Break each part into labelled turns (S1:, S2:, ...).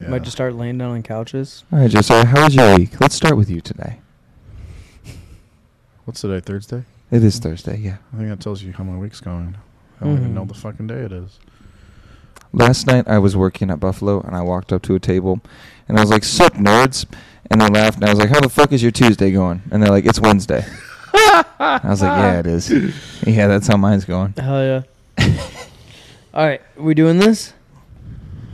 S1: Yeah.
S2: Might just start laying down on couches.
S3: All right, Josiah, how was your week? Let's start with you today.
S1: What's today? Thursday.
S3: It is Thursday, yeah.
S1: I think that tells you how my week's going. I don't even know
S2: Mhm.
S1: the fucking day it is.
S3: Last night I was working at Buffalo and I walked up to a table and I was like, Sup, nerds? And they laughed and I was like, How the fuck is your Tuesday going? And they're like, It's Wednesday. I was like, Yeah, it is. Yeah, that's how mine's going.
S2: Hell yeah. All right, we doing this?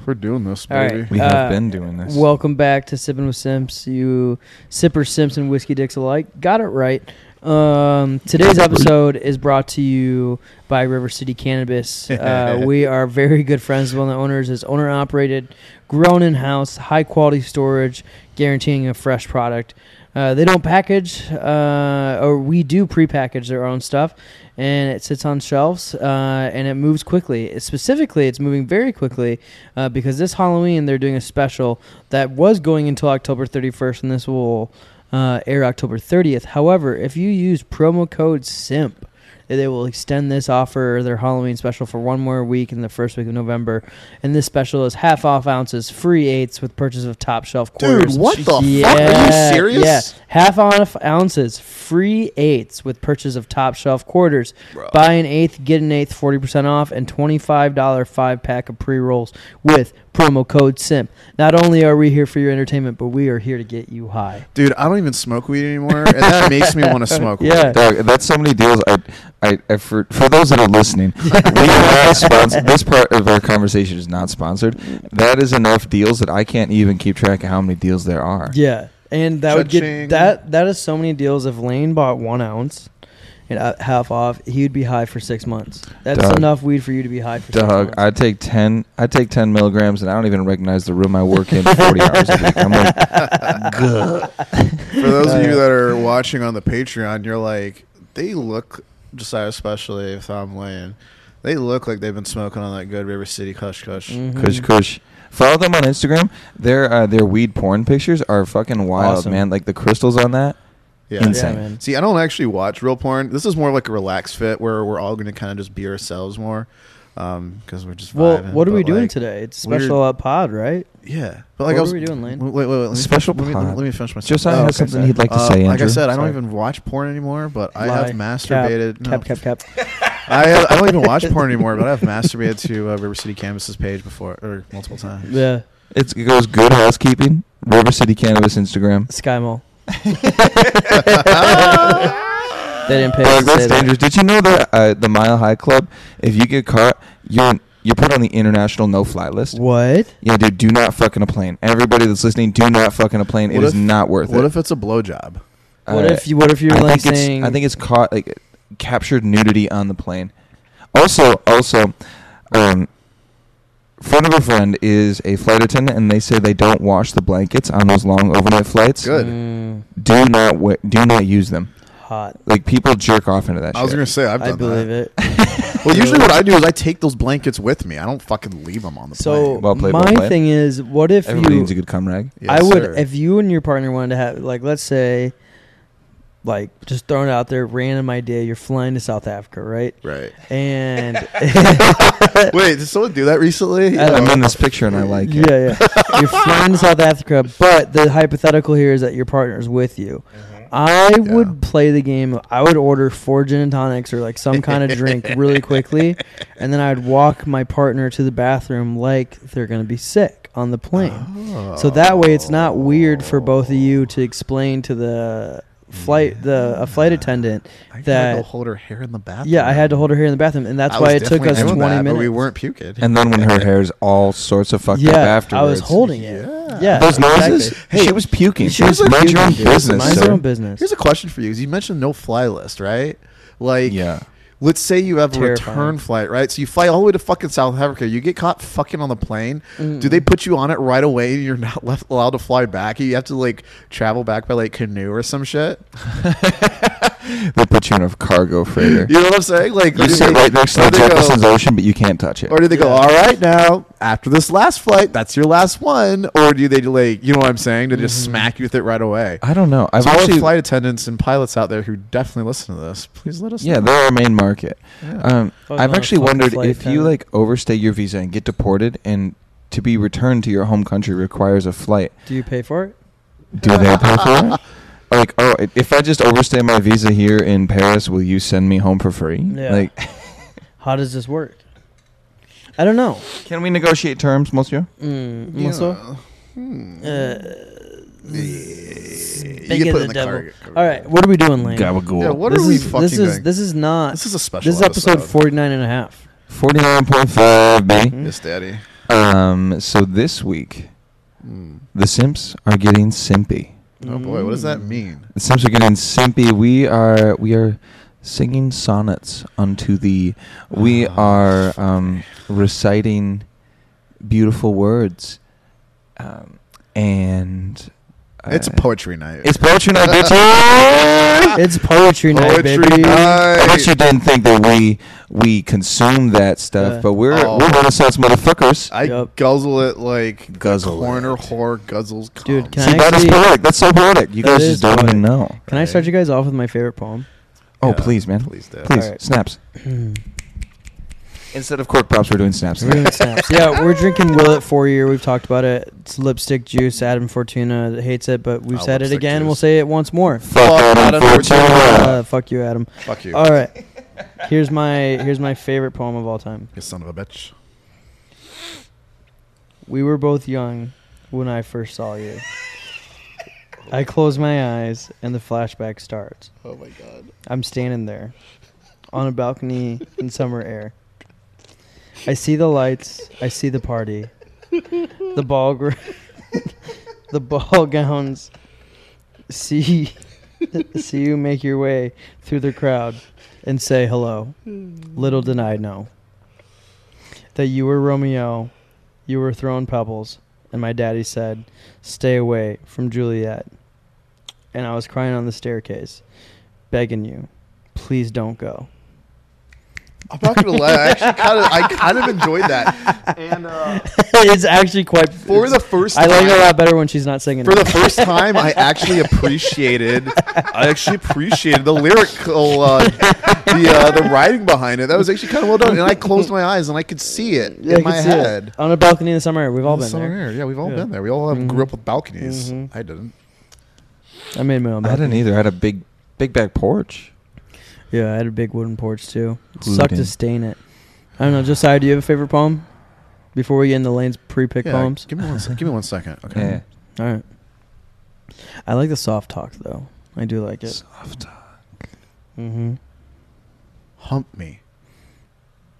S1: We're doing this,
S2: All right.
S1: baby.
S3: We have
S2: Uh,
S3: been doing this.
S2: Welcome back to Sipping with Simps. You sipper Simps and whiskey dicks alike. Got it right. Um, today's episode is brought to you by River City Cannabis. Uh, we are very good friends with one of the owners. It's owner operated, grown in house, high quality storage, guaranteeing a fresh product. Uh, they don't package, uh, or we do prepackage their own stuff, and it sits on shelves uh, and it moves quickly. It- specifically, it's moving very quickly uh, because this Halloween they're doing a special that was going until October 31st, and this will uh, air October 30th. However, if you use promo code SIMP, they will extend this offer, their Halloween special, for one more week in the first week of November. And this special is half off ounces, free eights with purchase of top shelf quarters. Yeah, Yeah, half off ounces, free eighths with purchase of top shelf quarters. Buy an eighth, get an eighth, forty percent off, and twenty-five dollar five pack of pre rolls with promo code SIMP. Not only are we here for your entertainment, but we are here to get you high.
S1: Dude, I don't even smoke weed anymore, and that makes me want to smoke weed.
S2: Yeah.
S3: Dog, that's so many deals. I, I, I for, for those that are listening, we are not sponsored. This part of our conversation is not sponsored. That is enough deals that I can't even keep track of how many deals there are.
S2: Yeah, and that would
S1: Cha-ching.
S2: get that that is so many deals. If Lane bought one ounce and uh, half off, he would be high for six months. That's
S3: Dog.
S2: enough weed for you to be high for.
S3: Dog,
S2: six months.
S3: I take ten. I take ten milligrams, and I don't even recognize the room I work in forty hours a week. I'm like,
S1: For those of you that are watching on the Patreon, you're like, they look, Josiah especially, if I'm laying, they look like they've been smoking on that good River City Kush Kush.
S2: Mm. Mm-hmm.
S3: Kush Kush. Follow them on Instagram. Their uh, their weed porn pictures are fucking wild,
S2: Awesome.
S3: man. Like the crystals on that.
S1: Yeah.
S3: Insane.
S2: Yeah, man.
S1: See, I don't actually watch real porn. This is more like a relaxed fit where we're all going to kind of just be ourselves more because we're just
S2: Well,
S1: vibing.
S2: what are we
S1: But,
S2: doing
S1: like,
S2: today? It's
S1: weird-
S2: special up pod, right?
S1: Yeah, but like
S2: What
S1: I
S2: were
S1: was
S2: we doing, Lane?
S1: Wait, wait, wait. Let me,
S3: Special
S1: Let me,
S3: pod.
S1: let me finish my.
S3: Josiah
S1: sentence.
S3: has something he'd like to
S1: Uh,
S3: say. Andrew.
S1: like I said, I
S3: Sorry.
S1: don't even watch porn anymore, but I
S2: Lie,
S1: have masturbated.
S2: Cap,
S1: no.
S2: cap, cap, cap.
S1: I, have, I don't even watch porn anymore, but I've masturbated to uh, River City Canvas's page before or multiple times.
S2: yeah,
S3: It's, it goes good housekeeping. River City Cannabis Instagram.
S2: Sky Mall. They didn't pay. us
S3: Dog,
S2: to
S3: that's
S2: say that.
S3: dangerous. Did you know that uh, the Mile High Club, if you get caught, you're you're put on the international no-fly list?
S2: What?
S3: Yeah, dude, do not fuck in a plane. Everybody that's listening, do not fuck in a plane.
S1: What
S3: it is
S1: if-
S3: not worth
S1: What
S3: it.
S1: if it's a blowjob?
S2: What
S3: Uh,
S2: if you? What if you're
S3: I
S2: like
S3: think
S2: saying?
S3: It's, I think it's caught like captured nudity on the plane. Also, also, um, friend of a friend is a flight attendant, and they say they don't wash the blankets on those long overnight flights.
S1: Good.
S2: Mm,
S3: Do not wa- do not use them.
S2: hot.
S3: Like people jerk off into that.
S1: I was
S3: shit.
S1: gonna say I've
S2: I
S1: done
S2: believe
S1: that.
S2: it.
S1: Well, usually what I do is I take those blankets with me. I don't fucking leave them on the
S2: So
S1: plane.
S3: Well played, well
S2: my
S3: played.
S2: thing is, what if
S3: Everybody
S2: you?
S3: needs a good cum rag.
S1: Yes,
S2: I would
S1: sir.
S2: if you and your partner wanted to have like let's say like just throwing it out there random idea you're flying to South Africa right
S1: right.
S2: and
S1: Wait, did someone do that recently?
S2: I don't
S3: I'm in this picture and I like it.
S2: yeah yeah you're flying to South Africa but the hypothetical here is that your partner's with you I
S1: Yeah.
S2: would play the game I would order four gin and tonics or like some kind of drink really quickly and then I'd walk my partner to the bathroom like they're gonna be sick on the plane.
S1: Oh.
S2: So that way, it's not weird for both of you to explain to the flight the a flight attendant
S1: I gotta go
S2: that
S1: hold her hair in the bathroom.
S2: yeah, I had to hold her here in the bathroom, and that's
S1: I
S2: why
S1: was
S2: it took
S1: definitely
S2: us
S1: doing
S2: twenty
S1: that,
S2: minutes.
S1: But we weren't puking.
S3: And then when her hair's all sorts of fucked
S2: yeah,
S3: up afterwards.
S2: I was holding it.
S1: Yeah.
S2: Yeah,
S3: those noises.
S2: exactly.
S3: Hey, she was puking.
S2: She
S3: She
S2: was
S3: was mind your own
S2: puking, dude.
S3: business,
S2: Mind your
S3: sir.
S2: own business.
S1: Here's a question for you. 'cause You mentioned no fly list, right? Like,
S3: Yeah.
S1: let's say you have a
S2: Terrifying.
S1: return flight, right? So you fly all the way to fucking South Africa. You get caught fucking on the plane. Do
S2: Mm.
S1: they put you on it right away and you're not left allowed to fly back? You have to, like, travel back by, like, canoe or some shit?
S3: They put you in a cargo freighter.
S1: You know what I'm saying? Like,
S3: You
S1: do they-
S3: sit right next to
S1: or
S3: the
S1: do they go-
S3: Jefferson's Ocean, but you can't touch it.
S1: Or do they go,
S2: Yeah.
S1: all right, now, after this last flight, that's your last one? Or do they, like, you know what I'm saying? They just smack you with it right away.
S3: I don't know. I've
S1: So all the
S3: actually,
S1: flight attendants and pilots out there who definitely listen to this, please let us
S3: yeah,
S1: know.
S3: they're our main market.
S1: Yeah.
S3: Um,
S2: Fuck
S3: I've
S2: on a
S3: actually
S2: fucking
S3: wondered
S2: flight
S3: if you
S2: attendant.
S3: like overstay your visa and get deported and to be returned to your home country requires a flight.
S2: Do you pay for it?
S3: Do they pay for it?
S1: Uh,
S3: Like, oh, i- if I just overstay my visa here in Paris, will you send me home for free?
S2: Yeah.
S3: Like,
S2: How does this work? I don't know.
S3: can we negotiate terms, monsieur?
S2: Mm,
S1: Yeah.
S2: also,
S1: Hmm.
S2: uh,
S1: you
S2: big
S1: can put it
S2: of the
S1: in the
S2: devil.
S1: car.
S2: all right, what are we doing, Lane?
S1: Yeah,
S3: Gabagool.
S1: what
S2: this
S1: are we
S2: is,
S1: fucking
S2: this is
S1: doing?
S2: this is not
S1: This
S2: this
S1: is a special.
S2: is episode,
S1: episode.
S2: 49 and a half.
S3: 49.5, baby.
S1: Yes, Daddy.
S3: Um, so this week,
S1: Mm.
S3: the simps are getting simpy.
S1: Oh boy, what does that
S2: Mm.
S1: mean?
S3: The simps are getting simpy. We are, we are singing sonnets unto the, we
S1: Oh,
S3: are, um, reciting beautiful words. Um, and uh,
S1: It's poetry night.
S3: It's poetry night, bitches.
S2: It's poetry night,
S1: Poetry
S2: baby.
S1: night.
S3: I bet you didn't think that we we consume that stuff,
S2: Yeah.
S3: but we're
S1: Oh.
S3: we're Renaissance motherfuckers.
S1: I
S2: Yup.
S1: guzzle it like
S3: Guzzle
S1: corner
S3: it.
S1: whore guzzles. Cum.
S2: Dude, can
S3: See, that is
S2: actually-
S3: poetic. That's so poetic. You
S2: That
S3: guys
S2: is
S3: just don't
S2: poetic.
S3: even know.
S2: Can I start you guys off with my favorite poem?
S3: Oh,
S1: Yeah,
S3: please, man. Please,
S1: Please, Dad.
S2: Alright.
S3: snaps. Instead of cork pops, we're doing snaps.
S2: We're doing snaps. Yeah, we're drinking Will It Four Year. We've talked about it. It's lipstick juice. Adam Fortuna hates it, but we've
S1: Oh,
S2: said it
S1: lipstick
S2: again.
S1: juice.
S2: We'll say it once more.
S3: Fuck that
S1: Fuck that
S3: unfortunate.
S2: Uh, fuck you, Adam.
S1: Fuck you.
S2: All right. Here's my here's my favorite poem of all time.
S1: You son of a bitch.
S2: We were both young when I first saw you. I close my eyes and the flashback starts.
S1: Oh my god.
S2: I'm standing there on a balcony in summer air. I see the lights. I see the party. The ball, gr- the ball gowns. See, see you make your way through the crowd and say hello. Little did I know that you were Romeo. You were throwing pebbles, and my daddy said, "Stay away from Juliet." And I was crying on the staircase begging you, please don't go.
S1: I'm not gonna lie. I actually kind of, I kind of enjoyed that. And uh,
S2: it's actually quite.
S1: for the first,
S2: I
S1: time,
S2: like it a lot better when she's not singing.
S1: For
S2: it.
S1: the first time, I actually appreciated. I actually appreciated the lyrical, uh, the uh, the writing behind it. That was actually kind of well done. And I closed my eyes and I could see it
S2: Yeah, I
S1: in
S2: can
S1: my
S2: see it.
S1: head.
S2: on a balcony in the summer. We've all been
S1: Summer
S2: there.
S1: air. Yeah, we've all
S2: Yeah.
S1: been there. We all have, grew
S2: Mhm.
S1: up with balconies.
S2: Mhm.
S1: I didn't.
S2: I made my own.
S3: I
S2: Balcony.
S3: didn't either. I had a big big back porch.
S2: Yeah, I had a big wooden porch too. It Sucked to
S3: Wooden.
S2: stain it. I don't know. Josiah, do you have a favorite poem? Before we get into Lane's pre-pick
S1: Yeah,
S2: poems.
S1: Give me one. sec- Give me one second. Okay.
S3: Yeah.
S2: All right. I like the soft talk though. I do like it.
S3: Soft.
S2: Mm-hmm.
S1: Hump me.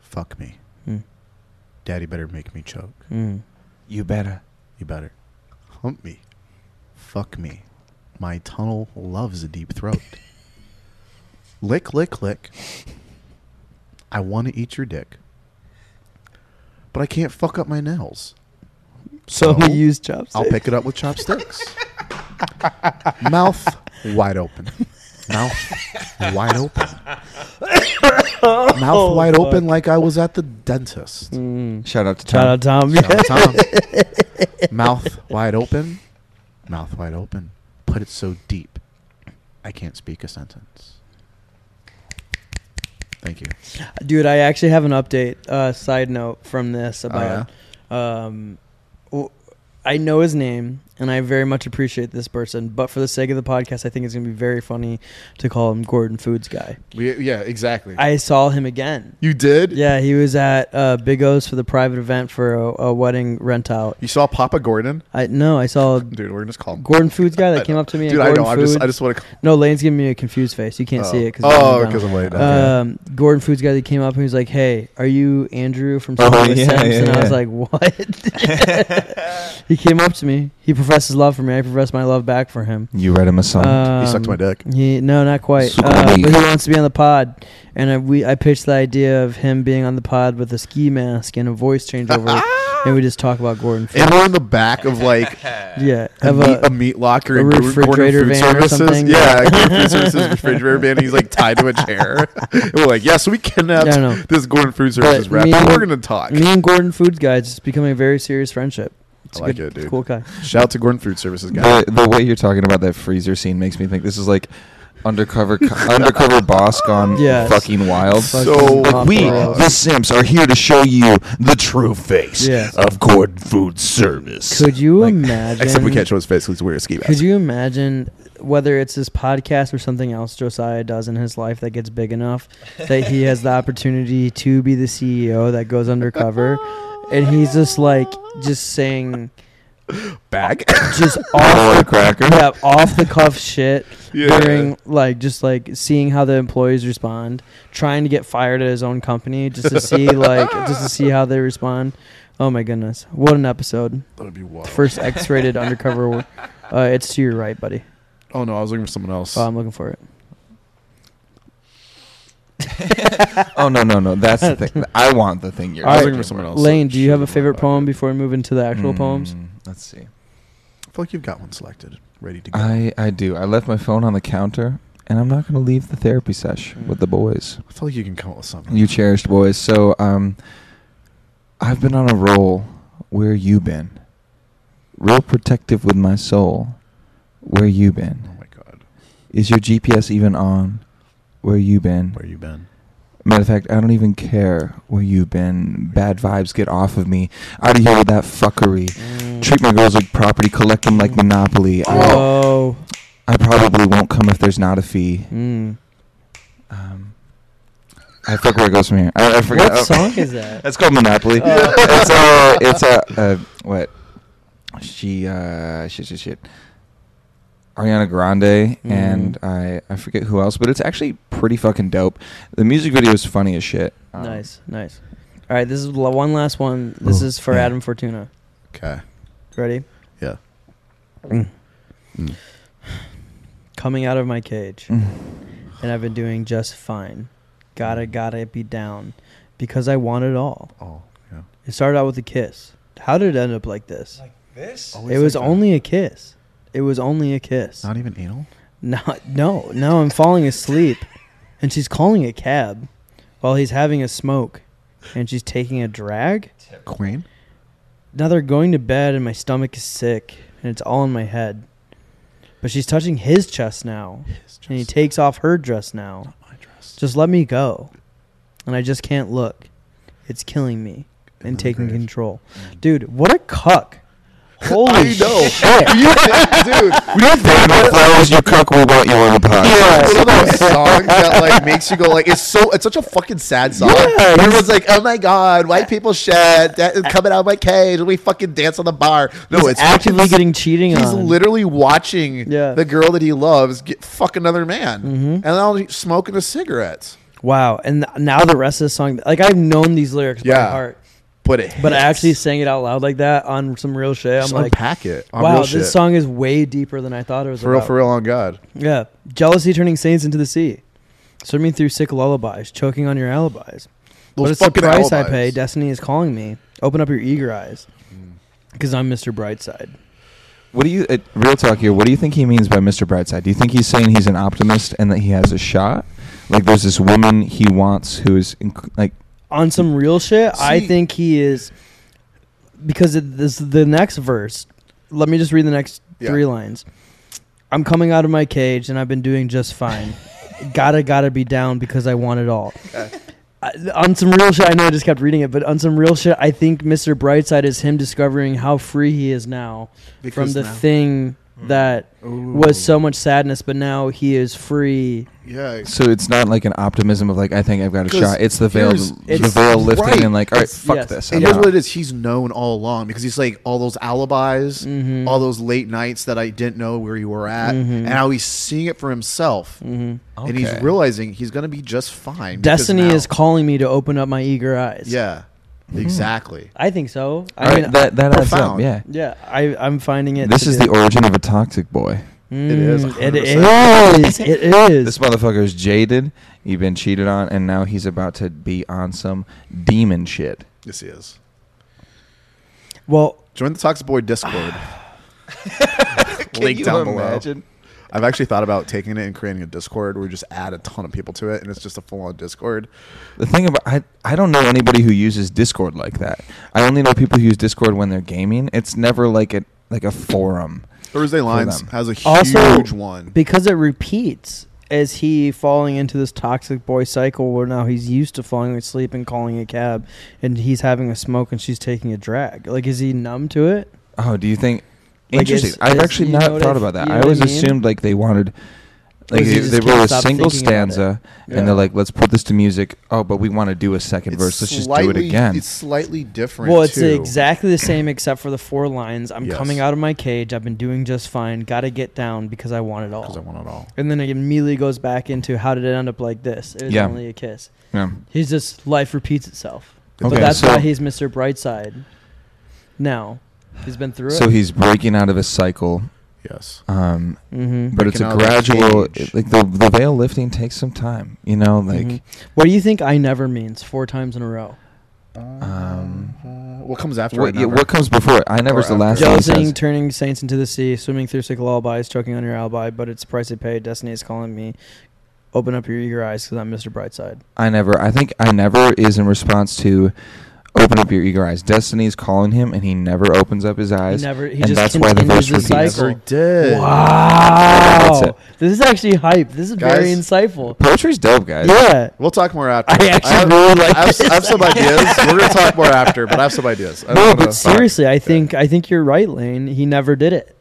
S1: Fuck me.
S2: Mm.
S1: Daddy better make me choke.
S2: Mm.
S3: You better.
S1: You better. Hump me. Fuck me. My tunnel loves a deep throat. lick, lick, lick. I want to eat your dick. But I can't fuck up my nails.
S2: So we use chopsticks.
S1: I'll pick it up with chopsticks. Mouth wide open. Mouth wide open. Mouth wide open like I was at the dentist.
S2: Mm.
S3: Shout out to Tom.
S2: Shout out Tom.
S1: Shout out Tom. Mouth wide open. Mouth wide open. Put it so deep. I can't speak a sentence. Thank you.
S2: Dude, I actually have an update. Uh, side note from this
S1: yeah?
S2: about. um, w- I know his name, and I very much appreciate this person. But for the sake of the podcast, I think it's going to be very funny to call him Gordon Foods guy.
S1: We, yeah, exactly.
S2: I saw him again.
S1: you did?
S2: Yeah, he was at uh, Big O's for the private event for a, a wedding rent out.
S1: You saw Papa Gordon?
S2: I no, I saw
S1: Dude, we're going to just call him.
S2: Gordon Foods guy that
S1: I
S2: came
S1: know.
S2: up to me.
S1: Dude,
S2: at
S1: I
S2: Gordon
S1: know. I just,
S2: Foods.
S1: I just want to.
S2: no, Lane's giving me a confused face. You can't see it because
S1: Oh, because I'm waiting.
S2: Um, Gordon Foods guy that came up and he was like, "Hey, are you Andrew from
S3: Oh,
S2: Silver
S3: yeah,
S2: Sims?"
S3: yeah,
S2: And I was
S3: yeah.
S2: like, "What?" he came up to me. He professed his love for me. I professed my love back for him.
S3: You read him a song.
S1: he sucked my
S2: Um,
S1: dick.
S2: He no, not quite.
S3: Suck
S2: Uh,
S3: my
S2: but
S3: dick.
S2: he wants to be on the pod, and I, we I pitched the idea of him being on the pod with a ski mask and a voice changeover, and we just talk about Gordon. Foods.
S1: And we're in the back of like
S2: Yeah,
S1: a,
S2: of
S1: meat,
S2: a,
S1: a meat locker
S2: a
S1: and Gordon-
S2: refrigerator
S1: Gordon food
S2: van or
S1: services.
S2: something.
S1: Yeah, Gordon food services refrigerator van. He's like tied to a chair. and we're like, yeah, so we kidnapped
S2: I don't know.
S1: this Gordon food services
S2: But
S1: rep.
S2: me-
S1: and We're gonna talk.
S2: Me and Gordon Foods guys it's becoming a very serious friendship. It's
S1: I like
S2: a good,
S1: it, dude.
S2: Cool guy.
S1: Shout out to Gordon food services guy.
S3: the, the way you're talking about that freezer scene makes me think this is like undercover co- undercover boss gone
S2: Yes.
S3: fucking wild.
S1: So
S2: Fucking
S3: We,
S2: wild.
S3: the Simps, are here to show you the true face
S2: Yes.
S3: of Cord Food Service.
S2: Could you
S4: Like,
S2: imagine?
S4: Except we can't show his face because he's wearing a ski
S2: Could
S4: mask.
S2: you imagine whether it's this podcast or something else Josiah does in his life that gets big enough that he has the opportunity to be the CEO that goes undercover and he's just like just saying
S4: Back.
S2: just
S3: Roll a
S2: off the,
S3: cracker.
S2: yeah, off the cuff shit
S1: Yeah.
S2: during like just like seeing how the employees respond, trying to get fired at his own company just to see like just to see how they respond. Oh my goodness. What an episode.
S1: That would be wild.
S2: First X-rated undercover uh, it's to your right, buddy.
S1: Oh no, I was looking for someone else.
S2: Oh, I'm looking for it.
S3: Oh no no no! That's the thing. I want the thing you're.
S1: I was
S2: Alright.
S1: looking for someone else.
S2: Lane, do you have a
S1: Should've
S2: favorite
S1: went back.
S2: poem before we move into the actual poems?
S3: Mm, Let's see.
S1: I feel like you've got one selected, ready to go. I,
S3: I I do. I left my phone on the counter, and I'm not going to leave the therapy sesh with the boys.
S1: feel like you can come up with something.
S3: You cherished boys. So um, I've been on a roll. Where you been? Real protective with my soul. Where you
S1: oh
S3: been?
S1: my god,
S3: Is your GPS even on? Where you been?
S1: where you been?
S3: Matter of fact, I don't even care where you've been. Bad vibes, get off of me. Out of here with that fuckery. Treat my girls like property, collect them like Monopoly. I,
S2: Oh.
S3: I probably won't come if there's not a fee.
S2: Mm.
S3: Um, I forget where it goes from here. I, I forgot.
S2: What
S3: Oh.
S2: song is that?
S3: It's called Monopoly.
S2: Oh.
S3: it's a. It's a. Uh, what? She. Uh, shit. Shit. Shit. Ariana Grande
S2: Mm.
S3: and I. I forget who else, but it's actually pretty fucking dope. The music video is funny as shit. Um,
S2: nice, nice. All right, this is la- one last one. This
S3: Ooh,
S2: is for
S3: yeah.
S2: Adam Fortuna.
S1: Okay,
S2: Ready?
S1: yeah.
S2: Mm. Coming out of my cage,
S3: Mm.
S2: and I've been doing just fine. Gotta, gotta be down because I want it all.
S1: Oh, yeah.
S2: It started out with a kiss. How did it end up like this?
S4: this?
S1: Always
S2: it was
S1: like that.
S2: only a kiss. It was only a kiss.
S1: not even anal.
S2: No, no, no, I'm falling asleep. And she's calling a cab while he's having a smoke. And she's taking a drag?
S1: Queen.
S2: Now they're going to bed, and my stomach is sick, and it's all in my head. But she's touching his chest now, and he takes off her dress now.
S1: my dress.
S2: Just let me go. And I just can't look. It's killing me
S1: In
S2: and
S1: the
S2: taking
S1: grave.
S2: control. Dude, what a cuck. Holy
S1: I know.
S2: shit.
S1: You think- dude.
S3: Favorite flowers you cook will want you on the podcast.
S1: It's one of those songs that like makes you go like it's so it's such a fucking sad song.
S3: Yes.
S1: Everyone's like, oh my god, white people shit, that is coming out of my cage, and we fucking dance on the bar. No,
S2: He's
S1: it's
S2: actively
S1: fucking-
S2: getting cheating
S1: He's
S2: on.
S1: literally watching
S2: Yeah. Mm-hmm.
S1: the girl that he loves get fuck another man, and then he's smoking a cigarette.
S2: Wow. And th- now the rest of the song, like I've known these lyrics by
S1: Yeah.
S2: heart,
S1: But it,
S2: but I
S1: hits.
S2: actually sang it out loud like that on some real shit. I'm
S1: Just
S2: like,
S1: unpack it. on
S2: wow,
S1: real
S2: this
S1: shit.
S2: song is way deeper than I thought it was.
S1: for real,
S2: about.
S1: for real, on God.
S2: Yeah. Jealousy turning saints into the sea. Swimming through sick lullabies, choking on your
S1: Those
S2: alibis. what is the
S1: fucking
S2: price I
S1: alibis. Mm.
S2: pay? Destiny is calling me. Open up your eager eyes. Because I'm Mr. Brightside.
S3: What do you, uh, real talk here, what do you think he means by Mr. Brightside? Do you think he's saying he's an optimist and that he has a shot? Like there's this woman he wants who is inc- like,
S2: On some real shit, I
S1: See-
S2: think he is. Because it, this the next verse. Let me just read the next
S1: Yeah.
S2: three lines. I'm coming out of my cage and I've been doing just fine. gotta, gotta be down because I want it all. I- on some real shit, I know I just kept reading it, but on some real shit, I think Mr. Brightside is him discovering how free he is now
S1: Because
S2: from the
S1: now- Hmm.
S2: thing that was so much sadness, but now he is free.
S1: Yeah,
S3: so it's not like an optimism of like, I think I've got a
S1: Because
S3: shot. It's the veil,
S1: here's-
S3: the
S2: it's-
S3: veil lifting
S1: right.
S3: and like, all right,
S2: It's-
S3: fuck
S2: yes.
S3: this. I'm
S1: And here's
S3: out.
S1: what it is: he's known all along because he's like all those alibis, all those late nights that I didn't know where you were at, and now he's seeing it for himself, and he's
S3: Okay.
S1: realizing he's gonna be just fine. because
S2: Mm-hmm. Destiny
S1: now-
S2: is calling me to open up my eager eyes.
S1: yeah, exactly.
S2: I think so. I
S3: All right,
S2: mean,
S3: that, that adds up.
S1: profound.
S3: Yeah.
S2: yeah, I, I'm finding it.
S3: This
S2: to
S3: is
S2: be-
S3: the origin of a toxic boy.
S1: It is,
S2: Mm, It
S1: 100%.
S2: is. It is.
S3: This motherfucker is jaded. You've been cheated on, and now he's about to be on some demon shit.
S1: Yes, he is.
S2: well,
S1: Join the Toxic Boy Discord. Link
S3: you
S1: down
S3: imagine?
S1: below. I've actually thought about taking it and creating a Discord where we just add a ton of people to it, and it's just a full-on Discord.
S3: The thing about I, I don't know anybody who uses Discord like that. I only know people who use Discord when they're gaming. It's never like a like a forum.
S1: Thursday Lines
S3: them.
S1: has a huge
S2: also
S1: one.
S2: because it repeats. is he falling into this toxic boy cycle where now he's used to falling asleep and calling a cab, and he's having a smoke and she's taking a drag? Like, is he numb to it?
S3: Oh, do you think?
S2: Like,
S3: Interesting.
S2: is-
S3: I've
S2: is-
S3: actually
S2: you
S3: not
S2: know what
S3: thought
S2: I-
S3: about that.
S2: you know
S3: I
S2: what I
S3: always
S2: mean?
S3: assumed like they wanted, like
S2: Like, you
S3: they,
S2: just
S3: they
S2: can't
S3: wrote a
S2: stop
S3: single
S2: thinking about it.
S3: stanza
S2: Yeah.
S3: and they're like, let's put this to music. Oh, but we want to do a second verse. Let's just do it
S1: slightly-
S3: again.
S1: It's slightly different.
S2: Well, it's
S1: too.
S2: exactly the same except for the four lines. I'm
S1: Yes.
S2: coming out of my cage. I've been doing just fine. Got to get down because I want it
S1: because I
S2: all.
S1: want it all.
S2: And then it immediately goes back into how did it end up like this? It was
S3: Yeah.
S2: only a kiss.
S3: Yeah.
S2: He's just life repeats itself.
S3: Okay,
S2: but that's
S3: so-
S2: why he's Mr. Brightside. Now he's been through
S3: So
S2: it.
S3: he's breaking out of a cycle,
S1: Yes.
S3: um,
S2: mm-hmm.
S3: but it's
S1: Breaking
S3: a
S1: out of the
S3: gradual.
S1: cage.
S3: it- Like the the veil lifting takes some time. You know, like
S2: Mm-hmm. What do you think "I never" means four times in a row?
S3: Um,
S1: Uh-huh. what comes after?
S3: what,
S1: I
S3: yeah,
S1: never?
S3: what comes before? it? I never's the
S1: after.
S3: last. thing he says.
S2: Dozing, turning saints into the sea, swimming through sick lullabies, choking on your alibi, but it's the price they pay. Destiny is calling me. Open up your eager eyes, because I'm Mr. Brightside.
S3: I never. I think I never is in response to open up your eager eyes. Destiny is calling him, and he never opens up his eyes.
S2: He never. He
S3: and
S2: just
S3: that's why the
S2: continues
S3: verse
S2: the
S3: repeats.
S1: Never
S2: cycle.
S1: did.
S3: That's it.
S2: Wow, this is actually hype. This is very
S1: Guys?
S2: insightful.
S3: Poetry's dope, guys.
S2: Yeah,
S1: We'll talk more after.
S2: I actually
S1: have,
S2: really like
S1: I have,
S2: this.
S1: I have some ideas. We're gonna talk more after, but I have some ideas. I
S2: No,
S1: don't know.
S2: but seriously, I think I think you're right, Lane. He never did it.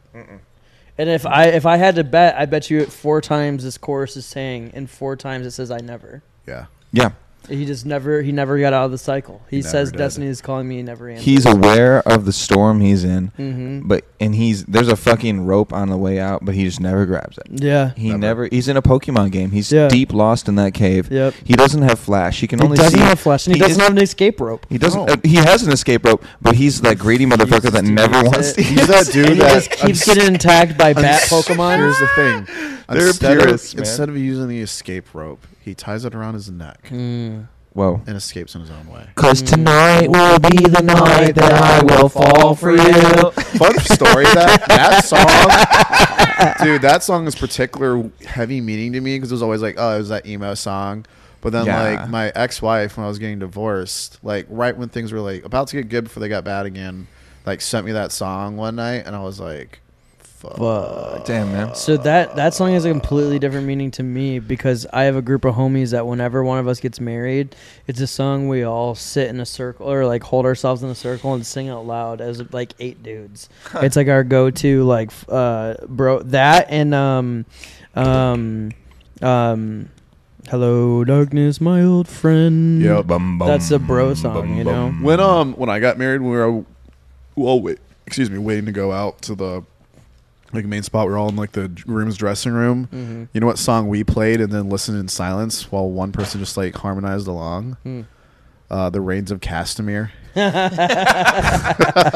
S2: And if I if I had to bet, I bet you it four times this chorus is saying, and four times it says "I never."
S1: Yeah.
S3: Yeah.
S2: He just never he never got out of the cycle. He,
S1: He never
S2: says
S1: did.
S2: destiny is calling me. He never answers.
S3: He's aware of the storm he's in,
S2: Mm-hmm.
S3: but and he's there's a fucking rope on the way out, but he just never grabs it.
S2: Yeah.
S3: He
S1: Never.
S3: never. he's in a Pokemon game. He's
S2: Yeah.
S3: deep lost in that cave.
S2: Yep.
S3: He doesn't have flash. He can
S2: He
S3: only
S2: doesn't
S3: see.
S2: have flash, and he,
S3: he
S2: doesn't
S3: just-
S2: have an escape rope.
S3: He doesn't.
S1: No.
S3: Uh, he has an escape rope, but he's that greedy motherfucker that
S2: just
S3: never
S2: uses
S3: wants
S2: it.
S3: to.
S1: He's that dude
S2: And he
S1: that
S2: just keeps
S1: I'm-
S2: getting attacked by bat Pokemon.
S1: Here's the thing.
S3: They're
S1: instead
S3: purists,
S1: of,
S3: man.
S1: Instead of using the escape rope, he ties it around his neck
S2: Mm.
S3: Whoa.
S1: and escapes in his own way.
S3: Cause tonight will be the night that I will fall for you.
S1: Fun story that that song, dude. That song is particular heavy meaning to me because it was always like, oh, it was that emo song. But then,
S3: Yeah.
S1: like my ex-wife, when I was getting divorced, like right when things were like about to get good before they got bad again, like sent me that song one night, and I was like, fuck.
S2: But
S3: Damn, man.
S2: So that that song has a completely different meaning to me because I have a group of homies that whenever one of us gets married, it's a song we all sit in a circle or like hold ourselves in a circle and sing out loud as like eight dudes. It's like our go-to like f- uh bro that and um um um hello darkness my old friend.
S1: Yep.
S2: That's a bro song, you know.
S1: When um when I got married, we were well wait excuse me waiting to go out to the like main spot. We are all in like the d- room's dressing room.
S2: Mhm.
S1: You know what song we played and then listened in silence while one person just like harmonized along.
S2: Hmm.
S1: Uh, the reigns of Castamere.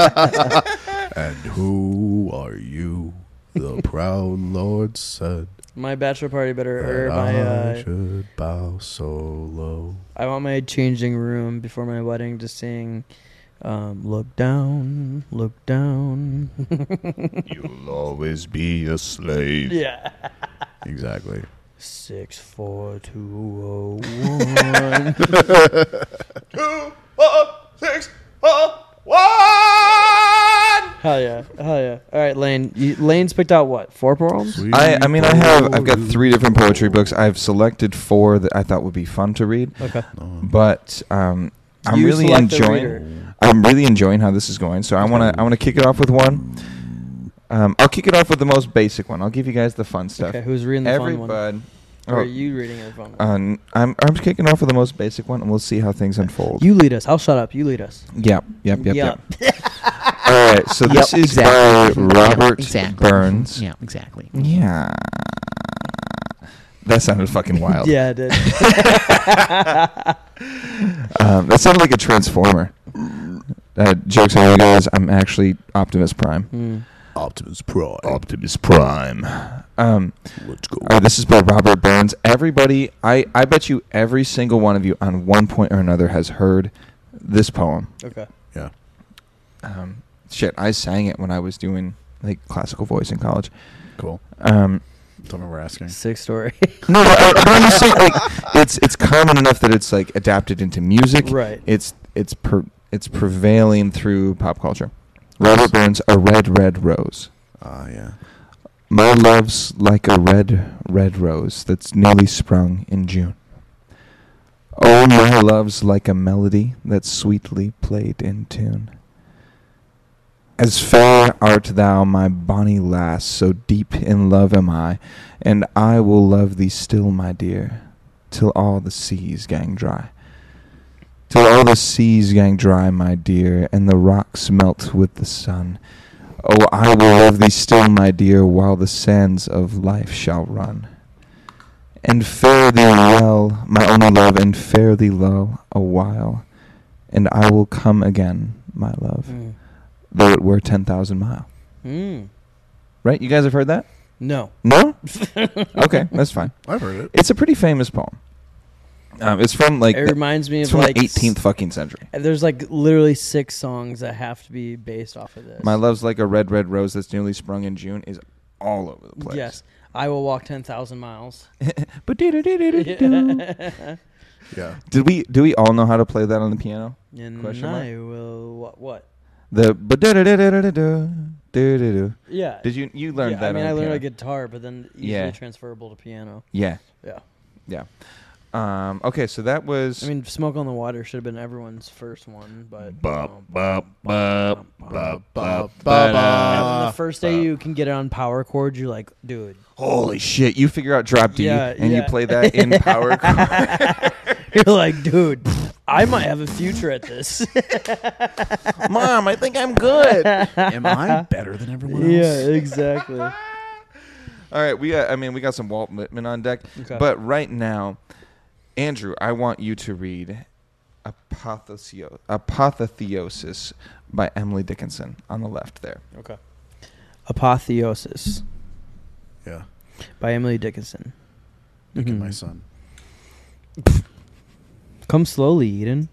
S1: and who are you? The proud lord said
S2: My bachelor party better or
S1: that
S2: my uh,
S1: should bow so low.
S2: I want my changing room before my wedding to sing um, Look Down, Look Down.
S4: You'll always be a slave.
S2: yeah.
S1: Exactly.
S2: Six, four, two, oh, one. Hell yeah. Hell yeah. All right, Lane. You, Lane's picked out what? Four poems?
S3: I, I mean, I have I've got three different poetry books. I've selected four that I thought would be fun to read,
S2: Okay.
S3: but um, I'm
S2: You
S3: really
S2: select a
S3: enjoying.
S2: reader.
S3: I'm really enjoying how this is going. So I want to I want to kick it off with one. Um, I'll kick it off with the most basic one. I'll give you guys the fun stuff.
S2: Okay, who's reading the fun one?
S3: Everybody.
S2: Or are
S3: Oh,
S2: you reading the fun one?
S3: um, I'm I'm kicking off with the most basic one, and we'll see how things unfold.
S2: you lead us. I'll shut up. You lead us.
S3: Yep, yep, yep,
S2: Yeah.
S3: yep. All right, so this
S5: Yep,
S3: is
S5: exactly.
S3: by Robert
S5: Yeah, exactly.
S3: Burns.
S5: Yeah, exactly.
S3: Yeah. That sounded fucking wild.
S2: Yeah, I did.
S3: Um, that sounded like a transformer. Uh, jokes on you guys. I'm actually Optimus Prime.
S2: Hmm.
S1: Optimus Prime.
S3: Optimus Prime. Um,
S1: Let's go.
S3: all right, this is by Robert Burns. Everybody, I, I bet you every single one of you on one point or another has heard this poem.
S2: Okay.
S1: Yeah.
S3: Um, shit, I sang it when I was doing like classical voice in college.
S1: Cool.
S3: Um,
S1: Don't remember asking.
S2: Sick story.
S3: No, uh, no, I, but I'm just saying, like, it's it's common enough that it's like adapted into music.
S2: Right.
S3: It's it's per, it's prevailing through pop culture. Robert Burns, a red, red rose.
S1: Ah, yeah.
S3: My love's like a red, red rose that's newly sprung in June. Oh, my love's like a melody that's sweetly played in tune. As fair art thou, my bonny lass, so deep in love am I, and I will love thee still, my dear, till all the seas gang dry. Till all the seas gang dry, my dear, and the rocks melt with the sun. Oh, I will love thee still, my dear, while the sands of life shall run. And fare thee well, my only love, and fare thee low a while, and I will come again, my love,
S2: Mm.
S3: though it were ten thousand mile.
S2: Mm.
S3: Right? You guys have heard that?
S2: No.
S3: No? okay, that's fine.
S1: I've heard it.
S3: It's a pretty famous poem. Um, it's from like
S2: it
S3: the-
S2: reminds me
S3: it's
S2: of
S3: from
S2: like
S3: the 18th fucking century.
S2: s- There's like literally six songs that have to be based off of this.
S3: My love's like a red, red rose that's newly sprung in June is all over the place.
S2: Yes, I will walk ten thousand miles.
S3: But did
S1: Yeah.
S3: we do we all know how to play that on the piano?
S2: And
S3: Question mark?
S2: I will what? what?
S3: The but did
S2: Yeah.
S3: you you learned
S2: yeah,
S3: that?
S2: I mean,
S3: on
S2: I
S3: the
S2: learned a
S3: piano.
S2: guitar, but then easily
S3: Yeah.
S2: transferable to piano.
S3: Yeah,
S2: Yeah.
S3: yeah. Um, okay, so that was.
S2: I mean, "Smoke on the Water" should have been everyone's first one, but
S4: Bop,
S2: um,
S4: bop, bop, bop, bop,
S2: and
S1: Ba-ba.
S4: bop.
S2: then the first day you can get it on power chord, you're like, dude,
S3: holy shit! You figure out drop D
S2: Yeah,
S3: and you
S2: yeah.
S3: play that in power. chord.
S2: you're like, dude, I might have a future at this.
S3: Mom, I think I'm good.
S1: Am I better than everyone else?
S2: yeah, exactly.
S3: All right, we. Uh, I mean, we got some Walt Whitman on deck,
S2: Okay.
S3: but right now, Andrew, I want you to read Apothesio- Apotheosis by Emily Dickinson on the left there.
S2: Okay. Apotheosis
S1: Yeah. Hmm.
S2: by Emily Dickinson.
S1: Look at
S2: Mhm.
S1: my son.
S2: Come slowly, Eden.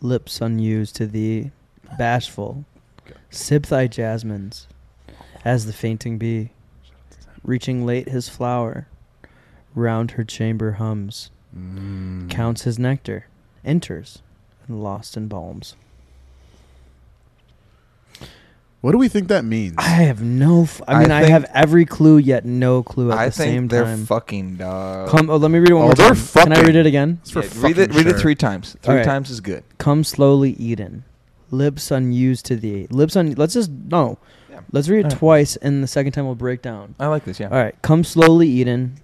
S2: Lips unused to thee, bashful. Sip thy jasmines as the fainting bee, reaching late his flower. Round her chamber hums,
S3: Mm.
S1: Mm.
S2: counts his nectar, enters, and lost in balms.
S1: What do we think that means?
S2: I have no. F- I
S3: I
S2: mean, I,
S3: think-
S2: have every clue, yet no clue at
S3: I
S2: the
S3: think
S2: same
S3: they're
S2: time.
S3: fucking dog.
S2: Come, oh, let me read it one
S1: Oh,
S2: more
S1: they're
S2: time. Can I
S1: fucking-
S2: read it again?
S1: It's for
S3: Yeah,
S1: fucking
S3: read it. Read it
S1: sure.
S3: three times. Three
S2: Alright.
S3: times is good.
S2: Come slowly, Eden. Lips unused to thee. Lips on. Let's just no.
S3: Yeah.
S2: Let's read it
S3: Alright.
S2: twice, and the second time we'll break down.
S3: I like this. Yeah.
S2: All right. Come slowly, Eden.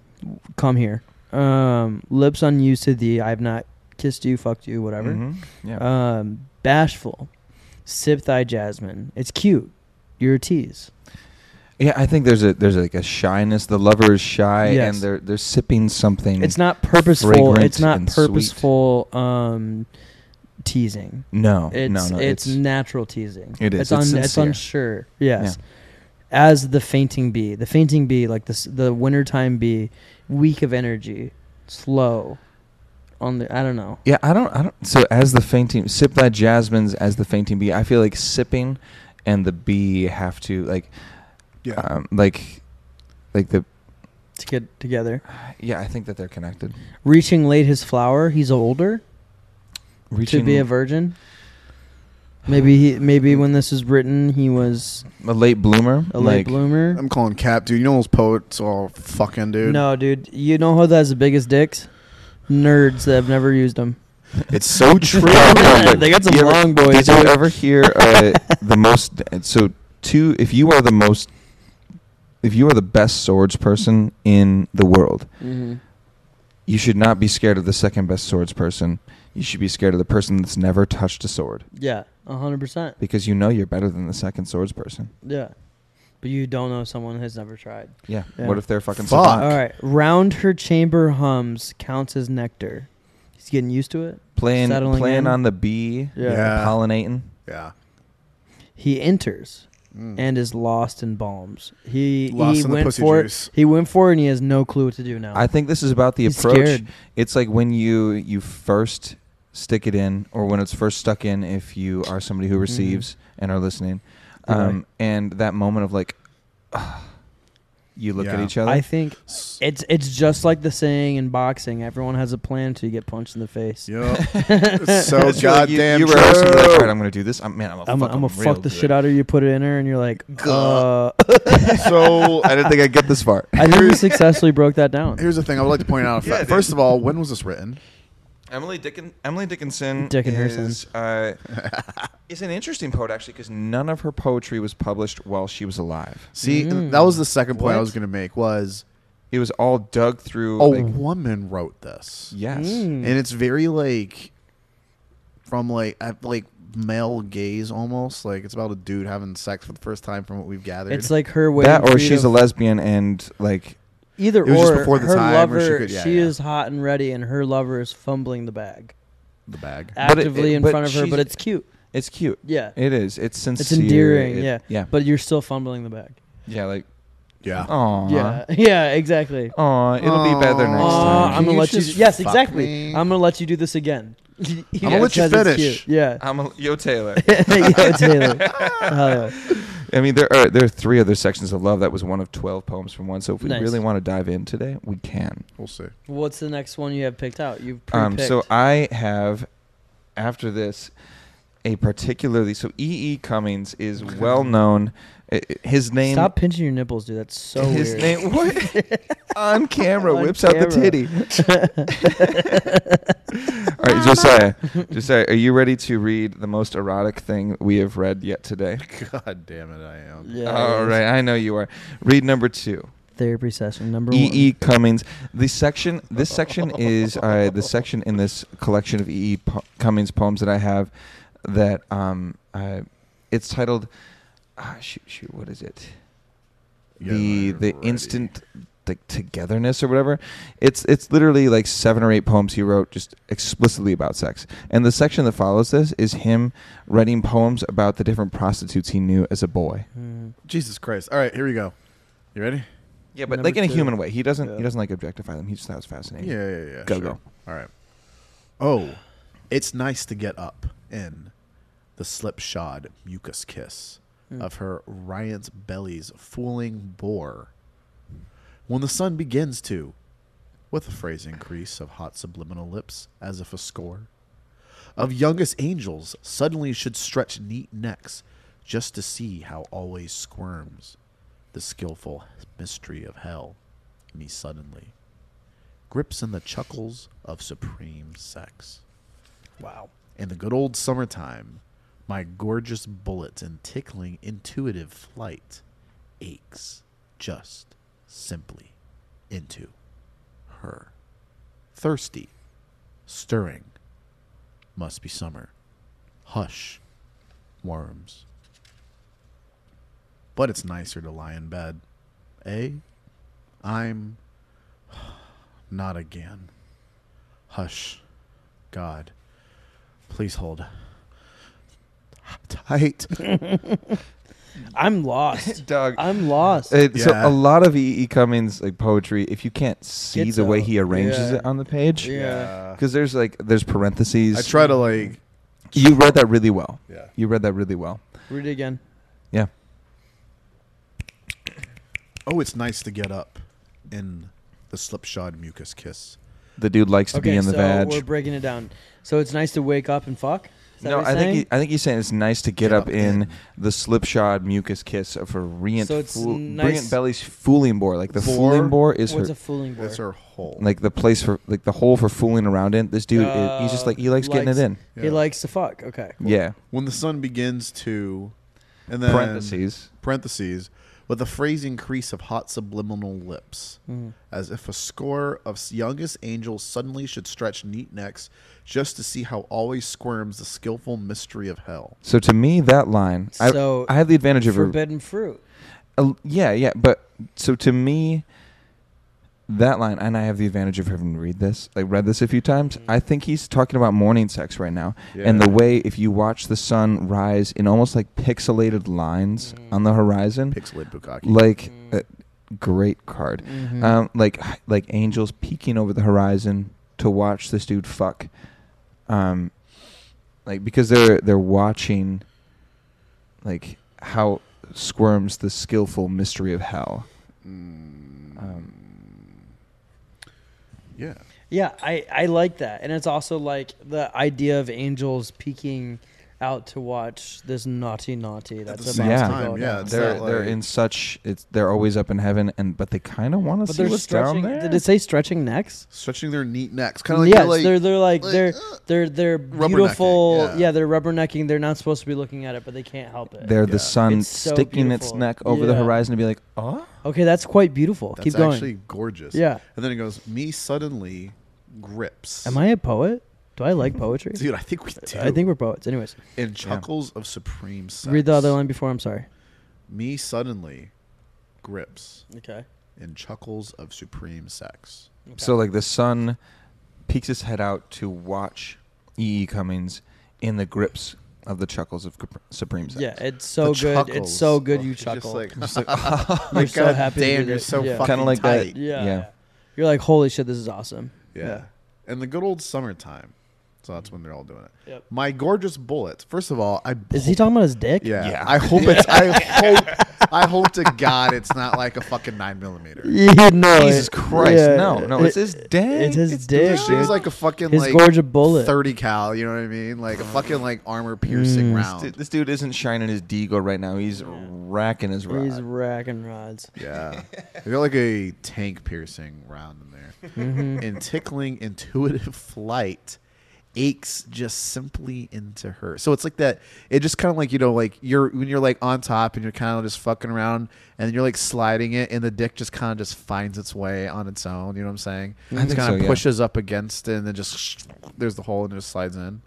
S2: Come here. Um, lips unused to thee. I have not kissed you, fucked you, whatever.
S3: Mhm. Yeah.
S2: Um, bashful. Sip thy jasmine. It's cute. You're a tease.
S3: yeah. I think there's a there's like a shyness. The lover is shy,
S2: Yes.
S3: and they're they're sipping something.
S2: It's not purposeful.
S3: Mm-hmm. fragrant
S2: It's not
S3: and sweet.
S2: purposeful um, teasing.
S3: Oh, no,
S2: It's
S3: no, no.
S2: it's, natural teasing.
S3: It
S2: It's,
S3: is. It's
S2: it's
S3: sincere.
S2: unsure. Yes. As the fainting bee, the fainting bee, like this, the wintertime bee, weak of energy, slow. On the, I don't know.
S3: Yeah, I don't. I don't. So as the fainting, sip thy jasmines as the fainting bee. I feel like sipping, and the bee have to like,
S1: Yeah.
S3: um, like, like the.
S2: To get together,
S3: Yeah, I think that they're connected.
S2: reaching late his flower. He's older to be a virgin. Maybe he, maybe when this was written, he was
S3: a late bloomer.
S2: a late
S3: like,
S2: bloomer.
S1: I'm calling Cap, dude. You know those poets all fucking, dude.
S2: No, dude. You know who has the biggest dicks? Nerds that have never used them.
S1: It's so true.
S2: they got some
S3: You ever-
S2: long boys.
S3: Did you
S2: dude.
S3: ever hear uh, the most? So two. If you are the most, if you are the best swords person in the world,
S2: Mhm.
S3: you should not be scared of the second best swords person. You should be scared of the person that's never touched a sword.
S2: Yeah, a hundred percent.
S3: because you know you're better than the second swords person.
S2: Yeah, but you don't know someone has never tried.
S3: Yeah.
S2: Yeah.
S3: What if they're fucking
S1: Fuck.
S3: savant?
S2: All right, round her chamber hums counts as nectar. He's getting used to it.
S3: playing
S2: Settling
S3: playing
S2: in.
S3: on the bee,
S1: Yeah.
S3: pollinating?
S1: yeah.
S2: He enters
S1: Mm.
S2: and is lost in balms. He
S1: Lost
S2: he
S1: in the
S2: went
S1: pussy
S2: for
S1: juice.
S2: it. He went for it, and he has no clue what to do now.
S3: I think this is about the
S2: He's
S3: approach.
S2: scared.
S3: It's like when you you first stick it in, or when it's first stuck in. If you are somebody
S2: Mm-hmm.
S3: who receives and are listening,
S2: You're
S3: um, and that moment of like, you look at
S1: Yeah.
S3: each other.
S2: I think it's it's just like the saying in boxing. Everyone has a plan to get punched in the face.
S1: Yep. It's so
S3: It's really like you-
S1: goddamn
S3: you,
S1: true.
S3: were also like, "All right, I'm gonna do this. I'm man, I'm a
S2: I'm
S3: fuck,
S2: gonna
S3: real
S2: fuck the
S3: good."
S2: shit out of you. Put it in her, and you're like,
S1: Gah.
S2: uh,
S1: so
S3: I didn't think I'd get this far.
S2: I think we successfully broke that down.
S1: here's the thing I would like to point out.
S3: Yeah, dude.
S1: first of all, when was this written?
S3: Emily Dickin Emily Dickinson
S2: Dickinson.
S3: is uh, is an interesting poet actually because none of her poetry was published while she was alive.
S1: See,
S2: Mm.
S1: that was the second point I
S3: What?
S1: was going to make was
S3: It was all dug through.
S2: Oh,
S1: a
S3: like,
S1: woman wrote this.
S3: yes,
S2: Mm.
S1: And it's very like from like I- like male gaze almost like it's about a dude having sex for the first time from what we've gathered.
S2: It's like her way.
S3: that or she's a lesbian and like
S2: either
S1: It was
S2: or.
S1: just before the
S2: her
S1: time
S2: lover,
S1: where she could- yeah,
S2: she
S1: yeah.
S2: is hot and ready, and her lover is fumbling the bag
S1: the bag.
S3: But it-
S2: actively
S3: it-
S2: in
S3: but
S2: front of her.
S3: she's-
S2: But it's cute.
S3: it's cute.
S2: Yeah,
S3: It is. It's sincere.
S2: it's endearing.
S3: It-
S2: yeah,
S3: yeah,
S2: But you're still fumbling the bag.
S3: yeah. Like,
S1: Yeah.
S3: oh,
S2: Yeah, yeah, exactly.
S3: Aw, it'll be better next
S2: Aw,
S3: time.
S2: Uh, I'm
S1: Can
S2: gonna
S1: you
S2: let you.
S1: just
S2: Yes,
S1: fuck
S2: exactly.
S1: me?
S2: I'm gonna let you do this again. I'm
S1: gonna let you finish.
S2: Yeah.
S3: I'm a, yo Taylor.
S2: yeah, Taylor. Hell yeah.
S3: I mean, there are there are three other sections of love. That was one of twelve poems from one. So if we
S2: Nice.
S3: really want to dive in today, we can.
S1: We'll see.
S2: What's the next one you have picked out? You've pre-picked.
S3: Um, so I have after this a particularly so E. E. Cummings is well known. I- I- His name.
S2: Stop pinching your nipples, dude. That's so
S3: his
S2: weird.
S3: name what on camera
S2: On
S3: whips out the
S2: camera.
S3: titty. All right, Josiah, Josiah, are you ready to read the most erotic thing we have read yet today?
S1: God damn it, I am.
S2: Yeah,
S3: All
S2: it is.
S3: right, I know you are. Read number two.
S2: Therapy session number
S3: E.
S2: one.
S3: E. Cummings. The section. This section is uh, the section in this collection of E. E. Po- Cummings poems that I have. That um, uh, it's titled. Ah, shoot, shoot. What is it? the the instant like togetherness or whatever. It's it's literally like seven or eight poems he wrote just explicitly about sex. And the section that follows this is him writing poems about the different prostitutes he knew as a boy.
S2: Mm.
S1: Jesus Christ. All right, here we go. You ready?
S3: Yeah, but
S2: Number
S3: like in
S2: two.
S3: a human way. He doesn't
S2: Yeah.
S3: he doesn't like objectify them. He just thought it was fascinating.
S1: Yeah, yeah, yeah.
S3: Go,
S1: sure.
S3: go.
S1: All right. Oh, it's nice to get up in the slipshod mucus kiss
S3: Hmm.
S1: of her Ryan's belly's fooling bore. When the sun begins to, with a phrase increase of hot subliminal lips as if a score, of youngest angels suddenly should stretch neat necks just to see how always squirms the skillful mystery of hell me suddenly grips in the chuckles of supreme sex. Wow. In the good old summertime, my gorgeous bullets and tickling intuitive flight aches just simply into her. Thirsty, stirring, must be summer. Hush, worms. But it's nicer to lie in bed, eh? I'm not again. Hush. God. Please hold. Tight.
S2: I'm lost.
S3: Doug.
S2: I'm lost.
S3: Uh, So
S1: Yeah.
S3: a lot of E. E. Cummings like poetry, if you can't see
S2: Gets
S3: the way
S2: out.
S3: he arranges
S2: Yeah.
S3: it on the page,
S2: Yeah.
S3: because there's like there's parentheses.
S1: I try to like.
S3: You read that really well.
S1: Yeah.
S3: You read that really well.
S2: Read it again.
S3: Yeah.
S1: Oh, it's nice to get up in the slipshod mucus kiss.
S3: The dude likes to be in the
S2: so
S3: vag.
S2: we're breaking it down. So it's nice to wake up and fuck. Is that
S3: No,
S2: what
S3: I
S2: you're
S3: think he,
S2: saying?
S3: I think he's saying it's nice to get, up in the slipshod mucus kiss of her rient,
S2: So it's
S3: fool,
S2: nice-
S3: rient belly's fooling bore. Like the
S1: Bore?
S3: fooling bore is
S2: What's
S3: her,
S2: a fooling boy?
S1: That's her hole.
S3: like the place for like the hole for fooling around in. This dude, i- he's just like he likes, getting it
S2: likes-
S3: in.
S2: He
S1: Yeah.
S2: likes to fuck. Okay. cool.
S3: Yeah,
S1: when the sun begins to, and then
S3: parentheses.
S1: parentheses with a phrasing crease of hot subliminal lips,
S2: Hmm.
S1: as if a score of youngest angels suddenly should stretch neat necks just to see how always squirms the skillful mystery of hell.
S3: So to me, that line,
S2: So,
S3: I, I have the advantage of a,
S2: Forbidden fruit.
S3: a, yeah, yeah. But so to me, that line, and I have the advantage of having read this, like read this a few times. I think he's talking about morning sex right now, and the
S1: Yeah.
S3: way if you watch the sun rise in almost like pixelated lines on the horizon,
S1: Pixelated Bukaki.
S3: like
S1: Mm-hmm.
S2: Mm-hmm.
S3: uh, great card,
S2: Mhm.
S3: um, like like angels peeking over the horizon to watch this dude fuck, um, like because they're they're watching, like how squirms the skillful mystery of hell.
S1: Mm.
S3: Um,
S1: Yeah.
S2: Yeah, I, I like that. And it's also like the idea of angels peeking out to watch this naughty naughty that's
S1: the
S2: about
S1: same
S2: to
S3: time,
S2: go
S1: yeah,
S2: down.
S1: it's
S3: they're
S1: not
S3: they're
S1: like-
S3: in such it's they're always up in heaven and but they kind of want to
S2: but
S3: see
S2: they're
S3: what's down
S2: stretching.
S3: there.
S2: Did it say stretching necks?
S1: Stretching their neat necks, kind of like,
S2: yes,
S1: you're like
S2: they're they're like,
S1: like,
S2: they're
S1: uh,
S2: they're they're beautiful. Yeah.
S1: yeah.
S2: they're rubbernecking. They're not supposed to be looking at it, but they can't help it.
S3: They're
S1: Yeah.
S3: the sun
S2: It's so
S3: sticking its
S2: beautiful.
S3: neck over the
S2: Yeah.
S3: horizon to be like, oh,
S2: okay, that's quite beautiful.
S1: that's
S2: Keep going.
S1: actually gorgeous.
S2: yeah.
S1: And then it goes, me suddenly grips.
S2: Am I a poet? Do I like poetry?
S1: Dude, I think we do.
S2: I think we're poets. Anyways,
S1: in chuckles of supreme sex.
S2: read the other line before. I'm sorry.
S1: Me suddenly grips
S2: Okay.
S1: in chuckles of supreme sex.
S3: so like the sun peeks its head out to watch E. E. Cummings in the grips of the chuckles of Capri- Supreme Sex.
S2: yeah, it's so
S1: The
S2: good. It's
S1: chuckles.
S2: so good.
S1: Oh,
S2: You
S1: it's just
S2: chuckle.
S1: like-
S2: uh, You're
S1: Like,
S2: so
S1: God
S2: happy. to
S1: damn,
S2: do
S1: you're
S2: this.
S1: so
S2: yeah.
S1: fucking
S3: Kinda like
S1: tight.
S3: that.
S2: Yeah.
S3: Yeah.
S2: You're like, holy shit, this is awesome.
S1: Yeah. And the good old summertime. So that's when they're all doing it.
S2: Yep.
S1: My gorgeous bullet. First of all, I
S2: Is he talking about his dick?
S1: Yeah.
S3: Yeah.
S1: I hope it's I hope I hope to God it's not like a fucking nine millimeter.
S2: Yeah, no.
S3: Jesus
S2: it-
S3: Christ!
S2: yeah,
S3: no, no,
S2: it-
S3: it's his dang.
S2: it's his dick,
S1: This shit
S2: dude.
S1: was like a fucking
S2: His
S1: like
S2: gorgeous bullet.
S1: thirty cal, you know what I mean? Like a fucking like armor piercing
S2: Mm.
S3: This dude-
S1: round.
S3: This dude isn't shining his deagle right now. He's racking his rod.
S2: He's racking rods.
S1: Yeah. I got like a tank piercing round in there.
S3: Mm-hmm.
S1: And tickling intuitive flight aches just simply into her. So it's like that it just kind of like, you know, like you're when you're like on top and you're kind of just fucking around and you're like sliding it and the dick just kind of just finds its way on its own, you know what I'm saying?
S3: I
S1: It
S3: think
S1: kind of
S3: so, yeah.
S1: pushes up against it and then just there's the hole and it just slides in.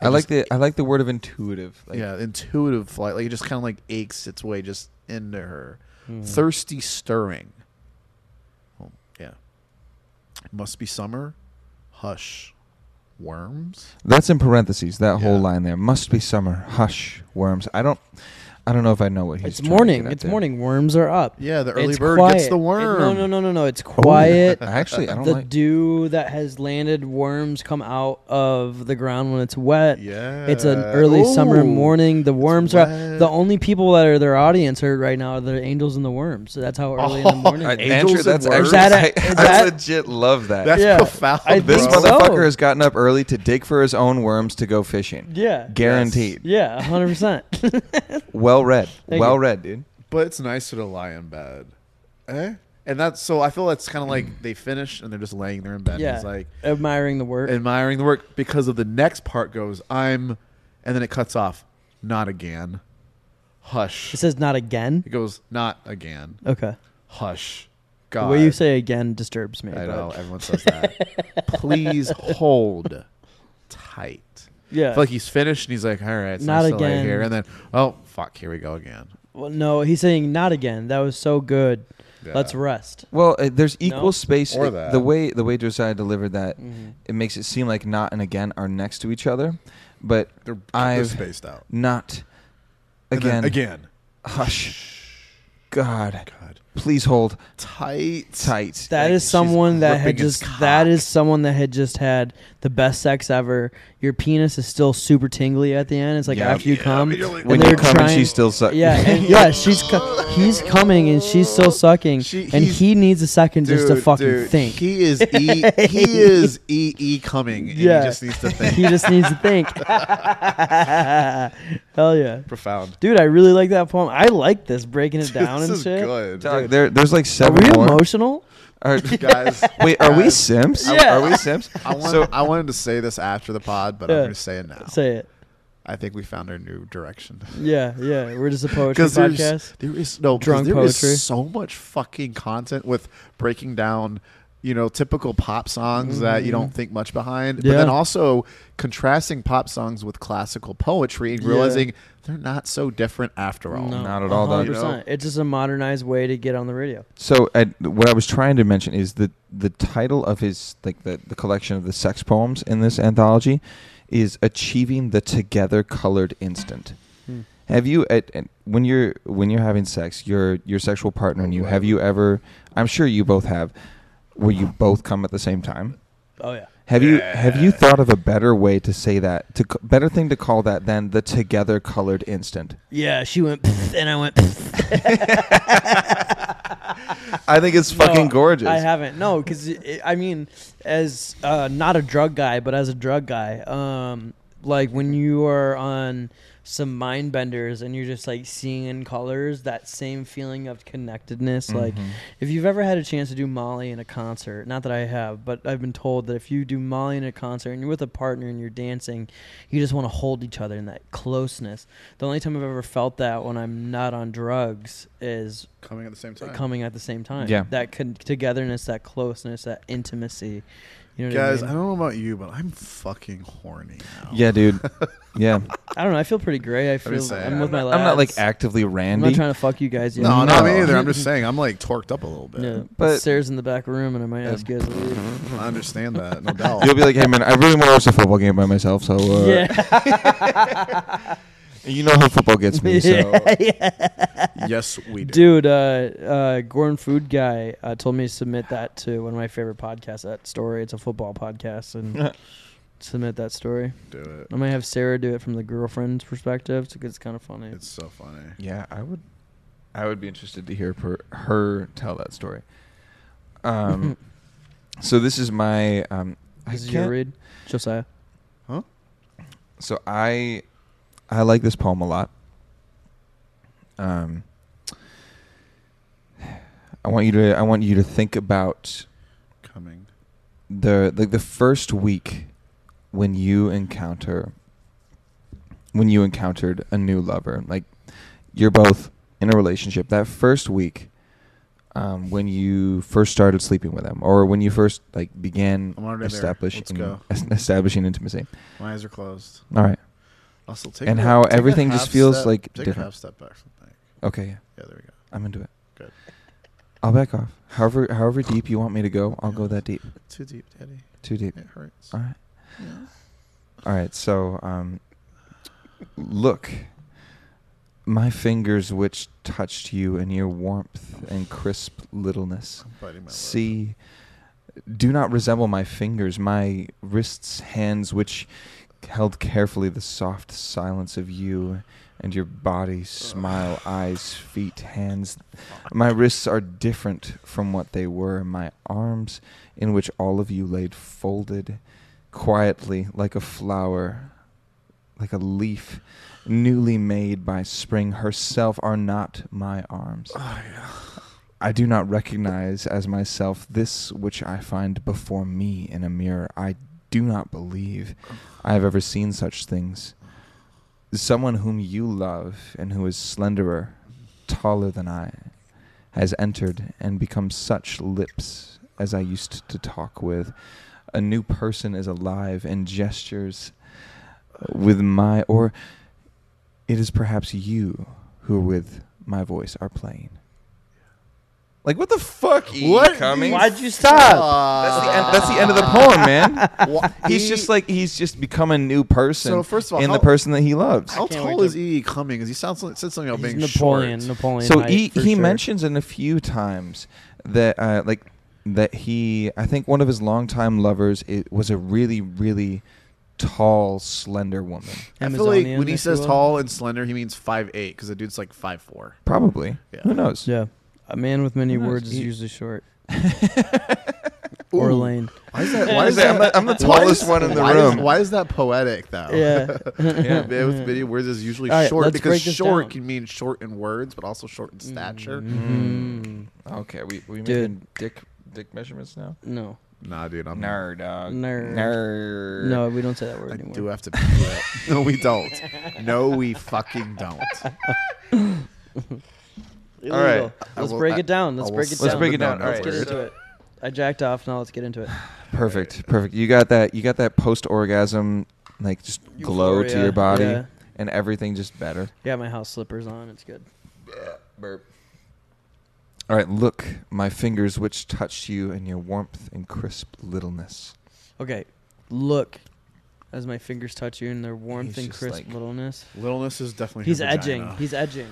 S3: I like the I like the word of intuitive. Like,
S1: yeah, intuitive flight. Like it just kind of like aches its way just into her.
S2: Hmm.
S1: Thirsty stirring. Oh, yeah. Must be summer. Hush. Worms.
S3: That's in parentheses. That whole
S1: Yeah.
S3: line there must be summer. Hush, worms. I don't, I don't know if I know what he's.
S2: It's
S3: trying to
S2: morning.
S3: get at
S2: It's
S3: there.
S2: morning. Worms are up.
S1: Yeah, the early
S2: It's
S1: bird
S2: quiet.
S1: gets the
S2: It-
S1: worm.
S2: no, no, no, no, no. It's quiet.
S3: Oh, Actually, I don't
S2: the
S3: like.
S2: dew that has landed, worms come out of the ground when it's wet.
S1: Yeah.
S2: It's an early summer
S1: Ooh.
S2: morning. The worms are
S1: wet.
S2: the only people that are their audience are right now are the angels and the worms. So that's how early in
S1: Oh,
S2: the morning.
S3: I,
S2: it is.
S1: Angels
S3: Andrew,
S1: and
S3: that's
S1: worms?
S3: actually.
S1: Is
S2: that a-
S3: I,
S2: is
S3: I
S2: that-
S3: legit love that.
S1: That's
S2: Yeah.
S1: profound.
S2: I
S1: bro.
S3: this
S2: think so.
S3: motherfucker has gotten up early to dig for his own worms to go fishing.
S2: Yeah.
S3: Guaranteed.
S2: Yeah, hundred percent.
S3: Well read.
S2: Thank
S3: well
S2: you.
S3: read, dude.
S1: But it's nicer to lie in bed. Eh? And that's so I feel that's kind of like they finish and they're just laying there in bed. And
S2: Yeah,
S1: it's like
S2: admiring the work.
S1: admiring the work because of the next part goes I'm, and then it cuts off. Not again. Hush.
S2: It says not again.
S1: It goes, not again.
S2: Okay.
S1: Hush. God.
S2: The way you say again disturbs me.
S1: I
S2: but-
S1: know. Everyone says that. Please hold tight. I
S2: Yeah.
S1: feel like he's finished and he's like, all right, so
S2: Not
S1: I'm still right
S2: again.
S1: here. And then, oh, fuck, here we go again.
S2: well, no, he's saying not again. That was so good.
S1: Yeah.
S2: Let's rest.
S3: Well, uh, there's equal
S2: No. Mm-hmm.
S3: space.
S1: Or
S3: It-
S1: that.
S3: The way the way Josiah delivered that, it makes it seem like not and again are next to each other, but
S1: They're, they're
S3: I've
S1: spaced out.
S3: not
S1: And then
S3: again.
S1: Again.
S3: Hush. God,
S1: God.
S3: please hold
S1: Tight.
S3: tight.
S2: That
S1: Like,
S2: is
S1: she's
S2: someone that had
S1: gripping his
S2: just that
S1: cock.
S2: is someone that had just had the best sex ever. Your penis is still super tingly at the end. It's like
S3: Yeah.
S2: after you come,
S1: but you're like-
S2: and
S3: when
S2: they're
S3: you come and
S2: trying-
S3: she still sucks.
S2: Yeah, and yeah, she's co- he's coming and she's still sucking,
S1: She-
S2: and
S1: he's-
S2: he needs a second just to
S1: Dude,
S2: fucking
S1: dude,
S2: think. He,
S1: He is E. he is E. E. Coming. And
S2: Yeah.
S1: He just needs to think.
S2: just needs to think. Hell yeah,
S1: Profound.
S2: dude! I really like that poem. I like this breaking it down
S1: this
S2: and
S1: is
S2: shit.
S1: good.
S3: Dog, there, there's like
S2: Are
S3: seven
S2: we
S3: more.
S2: emotional?
S3: Are-
S1: Guys.
S3: wait, are we
S1: guys,
S3: Sims?
S2: Yeah.
S3: Are we Sims?
S1: I, want,
S3: So-
S1: I wanted to say this after the pod, but
S2: Yeah.
S1: I'm going to say it now.
S2: Say it.
S1: I think we found our new direction.
S2: Yeah, yeah. We're just a poetry
S1: Because
S2: podcast.
S1: there's there is no 'cause
S2: Drunk
S1: there is
S2: poetry.
S1: so much fucking content with breaking down, you know, typical pop songs that you don't think much behind, but then
S2: Mm-hmm. Yeah.
S1: also contrasting pop songs with classical poetry and
S2: Yeah.
S1: realizing they're not so different after all.
S2: No,
S3: Not at all, though.
S2: 100%. It's just a modernized way to get on the radio.
S3: So I, what I was trying to mention is that the title of his like the, the collection of the sex poems in this anthology is achieving the together colored instant.
S2: Hmm.
S3: Have you at, at- when you're when you're having sex, your your sexual partner and you have you ever I'm sure you both have where you both come at the same time?
S2: Oh yeah.
S3: Have you have you thought of a better way to say that to c- better thing to call that than the together colored instant?
S2: Yeah, she went "Pfft," and I went "Pfft."
S3: I think it's
S2: No,
S3: fucking gorgeous.
S2: I haven't. No, because I mean, as uh, not a drug guy, but as a drug guy, um, like when you are on some mind benders and you're just like seeing in colors that same feeling of connectedness. Like
S3: Mm-hmm.
S2: if you've ever had a chance to do Molly in a concert, not that I have, but I've been told that if you do Molly in a concert and you're with a partner and you're dancing, you just want to hold each other in that closeness. The only time I've ever felt that when I'm not on drugs is
S1: Coming at the same time.
S2: coming at the same time.
S3: Yeah.
S2: That con- togetherness, that closeness, that intimacy. You know what
S1: Guys,
S2: I
S1: I
S2: mean?
S1: don't know about you, but I'm fucking horny now.
S3: yeah, dude. Yeah,
S2: I don't know. I feel pretty great. I feel
S1: saying.
S2: I'm with my lads.
S3: I'm not like actively
S2: I'm
S3: randy.
S2: not trying to fuck you guys. You
S1: No,
S2: know?
S1: not
S3: No.
S1: me either. I'm just saying I'm like torqued up a little bit.
S2: No,
S3: But-
S2: but Sarah's in the back room, and I might ask you guys. to leave.
S1: I understand that, no doubt.
S3: You'll be like, hey man, I really want to watch the football game by myself. So uh,
S2: yeah,
S3: you know how football gets me. So
S1: yes, we do.
S2: dude. Uh, uh, Gorn Food Guy uh, told me to submit that to one of my favorite podcasts. That story. It's a football podcast, and submit that story.
S1: Do it.
S2: I might have Sarah do it from the girlfriend's perspective because it's kind of funny.
S1: It's so funny.
S3: yeah, I would, I would be interested to hear per, her tell that story. Um, so this is my um, I
S2: This is your
S3: can't-
S2: read, Josiah.
S3: so I I like this poem a lot. Um I want you to I want you to think about
S1: Coming.
S3: the like the first week when you encounter when you encountered a new lover. Like you're both in a relationship. That first week um, when you first started sleeping with them or when you first like began
S1: I'm already there.
S3: establishing
S1: Let's go.
S3: establishing intimacy.
S1: My eyes are closed.
S3: All right.
S1: I'll still take
S3: And
S1: a-
S3: how
S1: take a
S3: everything just
S1: half
S3: feels,
S1: step-
S3: like,
S1: take a
S3: different.
S1: half step back. from the mic.
S3: Okay. Yeah.
S1: Yeah, there we go.
S3: I'm into it.
S1: Good.
S3: I'll back off. However, however deep you want me to go, I'll go that deep.
S1: Too deep, Daddy.
S3: Too deep. Uh,
S1: It hurts.
S3: All right. All right. So, um, look, my fingers which touched you and your warmth and crisp littleness.
S1: I'm biting my lip.
S3: See, do not resemble my fingers, my wrists, hands, which held carefully the soft silence of you and your body, smile, eyes, feet, hands. My wrists are different from what they were. My arms, in which all of you laid folded quietly like a flower, like a leaf newly made by spring herself, are not my arms.
S1: Oh, yeah.
S3: I do not recognize as myself this which I find before me in a mirror. I do not believe I have ever seen such things. Someone whom you love and who is slenderer, taller than I, has entered and become such lips as I used to talk with. A new person is alive and gestures with my, or it is perhaps you who with my voice are playing. Like what the fuck? E.
S1: What?
S3: Cummings?
S2: Why'd you Ah. stop?
S3: That's the end, that's the end of the poem, man.
S1: Wha-
S3: He's
S1: E-
S3: just like he's just become a new person.
S1: So, first of all,
S3: in the
S1: how-
S3: person that he loves.
S1: How
S2: can't wait
S1: tall
S2: to-
S1: is E. Cummings? He sounds like, said something about
S2: He's
S1: being
S2: Napoleon.
S1: short.
S2: Napoleon.
S3: So
S2: height,
S3: he
S2: for
S3: he
S2: sure.
S3: mentions in a few times that uh, like that he I think one of his longtime lovers it was a really really tall slender woman
S1: I feel like
S2: Amazonian,
S1: when he
S2: if you
S1: says
S2: will.
S1: tall and slender, he means five eight because the dude's like five four.
S3: probably
S1: Yeah.
S3: who knows
S2: yeah, a man with many
S3: Who knows?
S2: words is
S3: He-
S2: usually short or lame.
S1: Why is that?
S3: Why is that- I'm the- I'm the
S1: why
S3: tallest
S1: is-
S3: one in the
S1: why is-
S3: room.
S1: why is that poetic though?
S2: Yeah.
S1: yeah, man, with many words is usually
S2: All right,
S1: short
S2: let's
S1: because
S2: break this
S1: short
S2: down.
S1: can mean short in words, but also short in stature. Mm-hmm.
S2: Mm,
S3: Oh, okay we we
S2: Dude.
S3: making dick dick measurements now
S2: no,
S1: Nah, dude, I'm
S3: nerd dog
S2: Nerd.
S3: nerd
S2: no, we don't say that word
S1: I
S2: anymore.
S1: do have to. Pee it. no, we don't. No, we fucking don't.
S2: Illegal.
S3: All right.
S1: I
S2: let's
S1: will-
S2: break
S1: I-
S2: it down.
S1: I
S2: Let's
S1: will
S2: break it
S1: settle
S2: down.
S3: Let's break
S1: the
S3: it down.
S1: number
S3: All right.
S2: Let's get
S1: word.
S2: into it. I jacked off. Now let's get into it.
S3: Perfect, perfect. You got that. You got that post orgasm like just glow to
S2: Euphoria,
S3: your body,
S2: yeah.
S3: and everything just better.
S2: Got my house slippers on. It's good.
S3: All right, look, my fingers which touched you and your warmth and crisp littleness.
S2: Okay, look. As my fingers touch you and their warmth
S3: He's
S2: and
S3: just
S2: crisp
S3: like-
S2: littleness,
S1: Littleness is definitely.
S2: he's
S1: her
S2: edging.
S1: vagina.
S2: He's edging.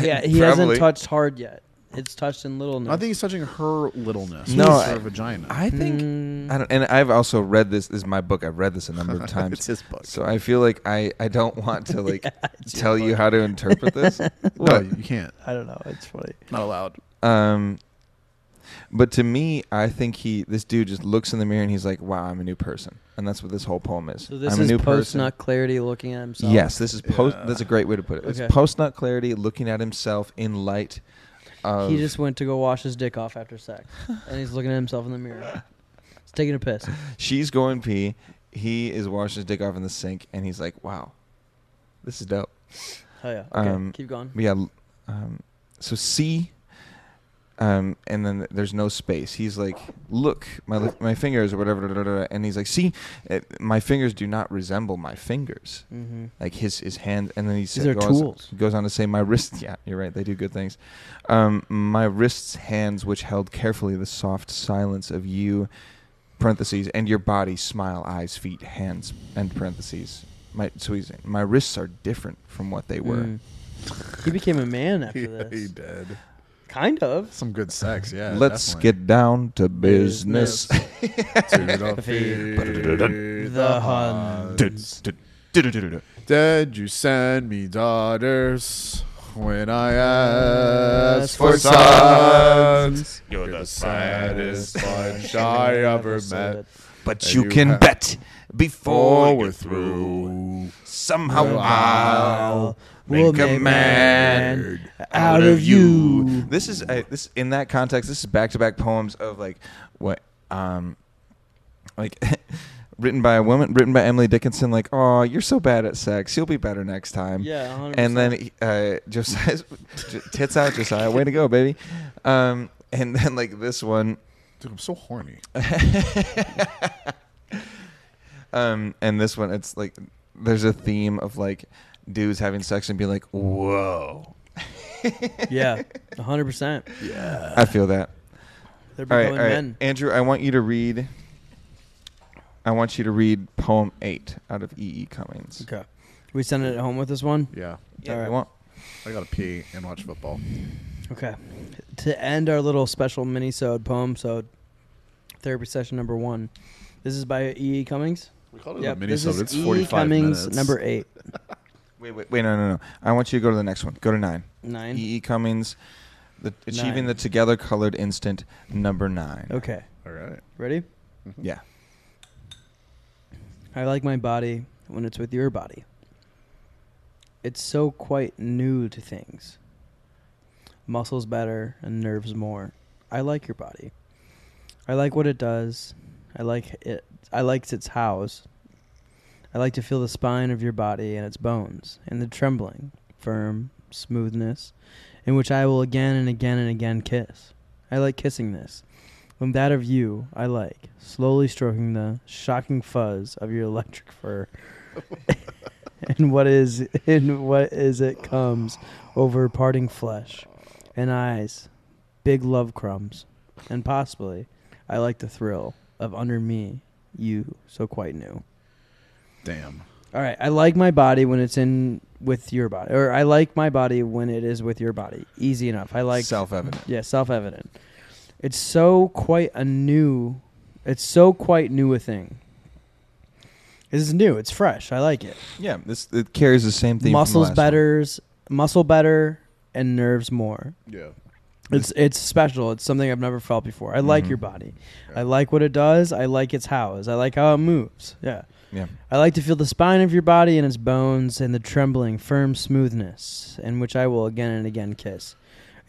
S2: Yeah, he hasn't
S3: Probably.
S2: touched hard yet. It's touched in littleness.
S1: I think he's touching her littleness.
S3: No,
S1: No, her
S3: I-
S1: vagina.
S3: I think
S2: Mm.
S3: I don't, and I've also read this. This is my book. I've read this a number of
S1: it's
S3: times,
S1: his book.
S3: so I feel like I I don't want to like tell you how to interpret this.
S1: no,
S3: What?
S1: you can't.
S2: I don't know. It's funny.
S1: Not allowed.
S3: Um, But to me, I think he this dude just looks in the mirror and he's like, "Wow, I'm a new person," and that's what this whole poem is.
S2: So this
S3: I'm
S2: is
S3: a new
S2: post
S3: person.
S2: nut clarity looking at himself.
S3: Yes, this is post.
S1: Yeah.
S3: That's a great way to put it.
S2: Okay.
S3: It's post nut clarity, looking at himself in light. Of,
S2: He just went to go wash his dick off after sex, and he's looking at himself in the mirror. He's taking a piss.
S3: she's going pee. He is washing his dick off in the sink, and he's like, "Wow, this is dope."
S2: Hell yeah. Okay,
S3: Um,
S2: keep going.
S3: But yeah. l- Um, so C, um, and then there's no space. He's like, look, my li- my fingers or whatever, da, da, da, da," and he's like, see, uh my fingers do not resemble my fingers.
S2: Mm-hmm.
S3: Like his his hand, and then he
S2: These are
S3: said, goes,
S2: tools.
S3: goes on to say, my wrist. Yeah, you're right. They do good things. Um, my wrists, hands, which held carefully the soft silence of you, parentheses, and your body, smile, eyes, feet, hands, end parentheses. My so he's my wrists are different from what they were.
S2: Mm. He became a man after
S1: Yeah, he
S2: this.
S1: did.
S2: Kind of.
S1: Some good sex, yeah.
S3: Let's
S1: definitely.
S3: get down to business.
S1: Turn it up,
S4: The
S1: feed Huns.
S2: Huns.
S1: Did you send me daughters when I asked for sons?
S4: You're
S1: the
S4: the
S1: saddest
S4: saddest
S1: bunch
S4: bunch.
S1: I ever met.
S3: But
S1: And
S3: you
S1: you
S3: can
S1: have-
S3: bet before
S1: Before
S3: we're
S1: we're
S3: through,
S1: through,
S3: somehow
S1: Well,
S3: I'll make a man
S2: out of you.
S3: This is I, this in that context. This is back to back poems of like what um like. Written by a woman, written by Emily Dickinson, like, oh, you're so bad at sex. You'll be better next time.
S2: Yeah, 100%.
S3: and then he- uh, Josiah's J- tits out, Josiah, way to go, baby. Um, and then like this one,
S1: Dude, I'm so horny.
S3: um, and this one, it's like there's a theme of like dudes having sex and being like, whoa,
S2: yeah, 100%.
S3: I feel that.
S2: They're
S3: All right,
S2: becoming
S3: all right,
S2: men.
S3: Andrew, I want you to read. I want you to read poem eight out of E. E. Cummings.
S2: Okay. We send it home with this one?
S1: Yeah,
S3: Yeah,
S2: All
S3: if
S2: right.
S3: you want.
S1: I gotta pee and watch football.
S2: Okay. To end our little special mini-sode poem, so therapy session number one. This is by E. E. Cummings.
S1: We called it
S2: Yep,
S1: a mini
S2: this
S1: sub.
S2: is
S1: It's
S2: E. E.
S1: 45
S2: Cummings,
S1: minutes.
S2: number eight.
S3: Wait, wait, wait, no, no, no. I want you to go to the next one. Go to nine.
S2: Nine.
S3: E. E. Cummings, the,
S2: Nine.
S3: achieving the together colored instant, number nine.
S2: Okay.
S1: All right.
S2: Ready?
S3: Yeah.
S2: I like my body when it's with your body. It's so quite new to things. Muscles better and nerves more. I like your body. I like what it does. I like it. I likes its hows. I like to feel the spine of your body and its bones and the trembling, firm smoothness in which I will again and again and again kiss. I like kissing this. When that of you, I like, slowly stroking the shocking fuzz of your electric fur. and what is in what is it comes over parting flesh and eyes, big love crumbs, and possibly I like the thrill of under me, you so quite new.
S1: Damn.
S2: All right, I like my body when it's in with your body, or I like my body when it is with your body. Easy enough. I like
S3: self-evident.
S2: yeah, self-evident. It's so quite a new. It's so quite new a thing. This is new. It's fresh. I like it.
S3: Yeah, this it carries the same theme. from the
S2: Muscles
S3: last one.
S2: betters, muscle better, and nerves more.
S1: Yeah.
S2: It's it's special. It's something I've never felt before. I like
S3: Mhm.
S2: your body.
S1: Yeah.
S2: I like what it does. I like its hows. I like how it moves. Yeah.
S3: Yeah.
S2: I like to feel the spine of your body and its bones and the trembling, firm smoothness in which I will again and again kiss.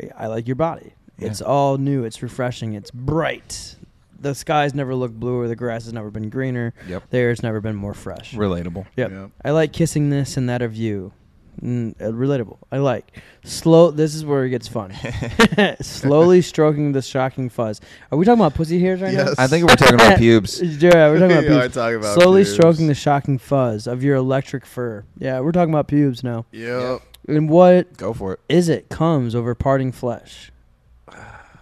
S2: I- I like your body. It's all new. It's refreshing. It's bright. The skies never look bluer. The grass has never been greener.
S3: Yep.
S2: The air's never been more fresh.
S3: Relatable.
S2: Yep.
S1: Yep.
S2: I like kissing this and that of you. Mm, uh, relatable. I like slow. This is where it gets fun. Slowly stroking the shocking fuzz. Are we talking about pussy hairs right
S1: Yes.
S3: I think we're talking about pubes.
S2: yeah, we're talking about
S1: Yeah, I
S2: pubes.
S1: talk about
S2: Slowly
S1: pubes.
S2: stroking the shocking fuzz of your electric fur. Yeah, we're talking about pubes now.
S1: Yep.
S2: And what
S3: Go for it.
S2: is it comes over parting flesh?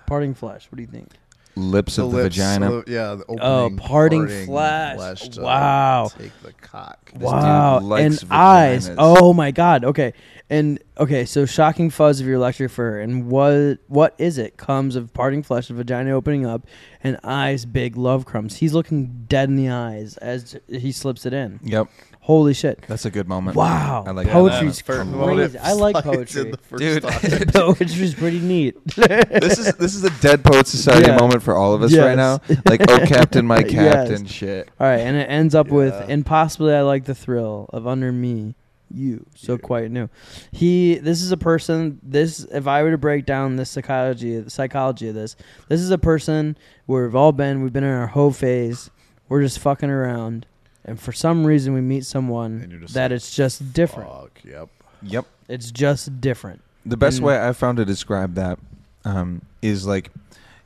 S2: Parting flesh. What do you think?
S3: Lips of the
S1: lips,
S3: vagina.
S1: the- yeah. The opening,
S2: Oh, parting flesh.
S1: to
S2: Wow.
S1: Take the cock.
S3: dude
S2: wow.
S3: likes
S2: and eyes.
S3: vaginas.
S2: Oh my god. Okay. And okay, so shocking fuzz of your electric fur and what what is it comes of parting flesh, of vagina opening up, and eyes big love crumbs. He's looking dead in the eyes as he slips it in.
S3: Yep.
S2: Holy shit!
S3: That's a good moment.
S2: Wow,
S3: I like
S2: poetry's
S3: that.
S1: First
S3: Um,
S1: moment,
S2: crazy. I like
S1: slides in
S2: poetry.
S1: the first
S3: Dude,
S1: thought.
S2: Poetry's pretty neat.
S3: this is this is a dead poet society
S2: Yeah.
S3: moment for all of us right now.
S2: Yes.
S3: Like, oh, captain, my
S2: Yes.
S3: captain, shit.
S2: All right, and it ends up with
S1: Yeah.
S2: and possibly I like the thrill of under me you so quite new. He this is a person this if I were to break down this psychology the psychology of this this is a person where we've all been we've been in our hoe phase we're just fucking around and for some reason we
S1: And
S2: meet
S1: you're
S2: someone
S1: just
S2: that
S1: like,
S2: it's just different
S1: Fuck, yep.
S3: Yep.
S2: it's just different
S3: The best
S2: And-
S3: way I found to describe that um, is like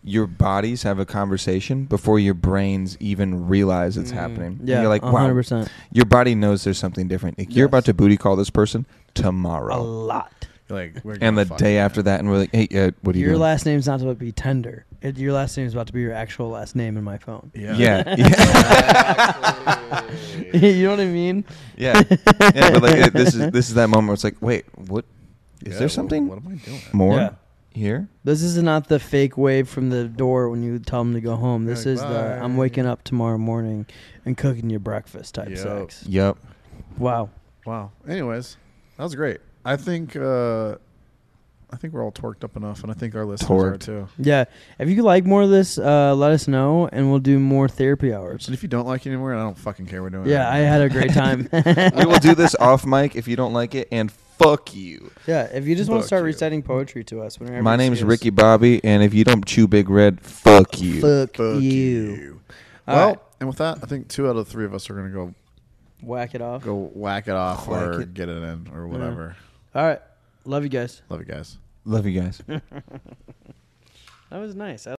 S3: your bodies have a conversation before your brains even realize it's happening. And
S2: Mm. yeah
S3: you're like, wow,
S2: 100%
S3: your body knows there's something different. Like, You're
S2: Yes.
S3: about to booty call this person
S2: a
S3: tomorrow.
S2: lot
S1: You're Like, we're
S3: and
S1: gonna
S3: the
S1: fuck
S3: day
S1: it.
S3: after that, and we're like, hey, uh, what are you
S2: your
S3: doing?
S2: last name's not about to be tender It- your last name's about to be your actual last name in my phone
S1: Yeah.
S3: yeah. yeah.
S2: you know what I mean
S3: Yeah, yeah, but like it, this is this is that moment where it's like, wait, what? Is
S1: Yeah,
S3: there
S1: wha-
S3: something
S1: What, am I doing?
S3: more
S2: Yeah.
S3: here?
S2: This is not the fake wave from the door when you tell them to go home. This
S1: Like,
S2: is the I'm
S1: "Bye."
S2: waking up tomorrow morning and cooking your breakfast type
S1: Yep.
S2: sex.
S3: Yep.
S2: Wow.
S1: Wow. Anyways, that was great. I think uh, I think we're all torqued up enough, and I think our listeners are
S3: Torqued.
S1: too.
S2: Yeah. If you like more of this, uh, let us know and we'll do more therapy hours.
S1: And if you don't like it anymore, I don't fucking care. We're doing.
S2: Yeah, I had a great time.
S3: we will do this off mic if you don't like it, and fuck you.
S2: yeah, if you just want to
S1: Fuck
S2: start
S1: you.
S2: reciting poetry to us whenever
S3: My
S2: you see
S3: name's
S2: us.
S3: Ricky Bobby, and if you don't chew Big Red, fuck you.
S2: Fuck, you. All
S1: Well,
S2: right.
S1: and with that, I think two out of the three of us are gonna go
S2: Whack it off.
S1: go whack it off
S3: Whack
S1: or
S3: it.
S1: get it in or whatever.
S2: All right. Love you guys.
S1: Love you guys.
S3: Love you guys.
S2: That was nice. I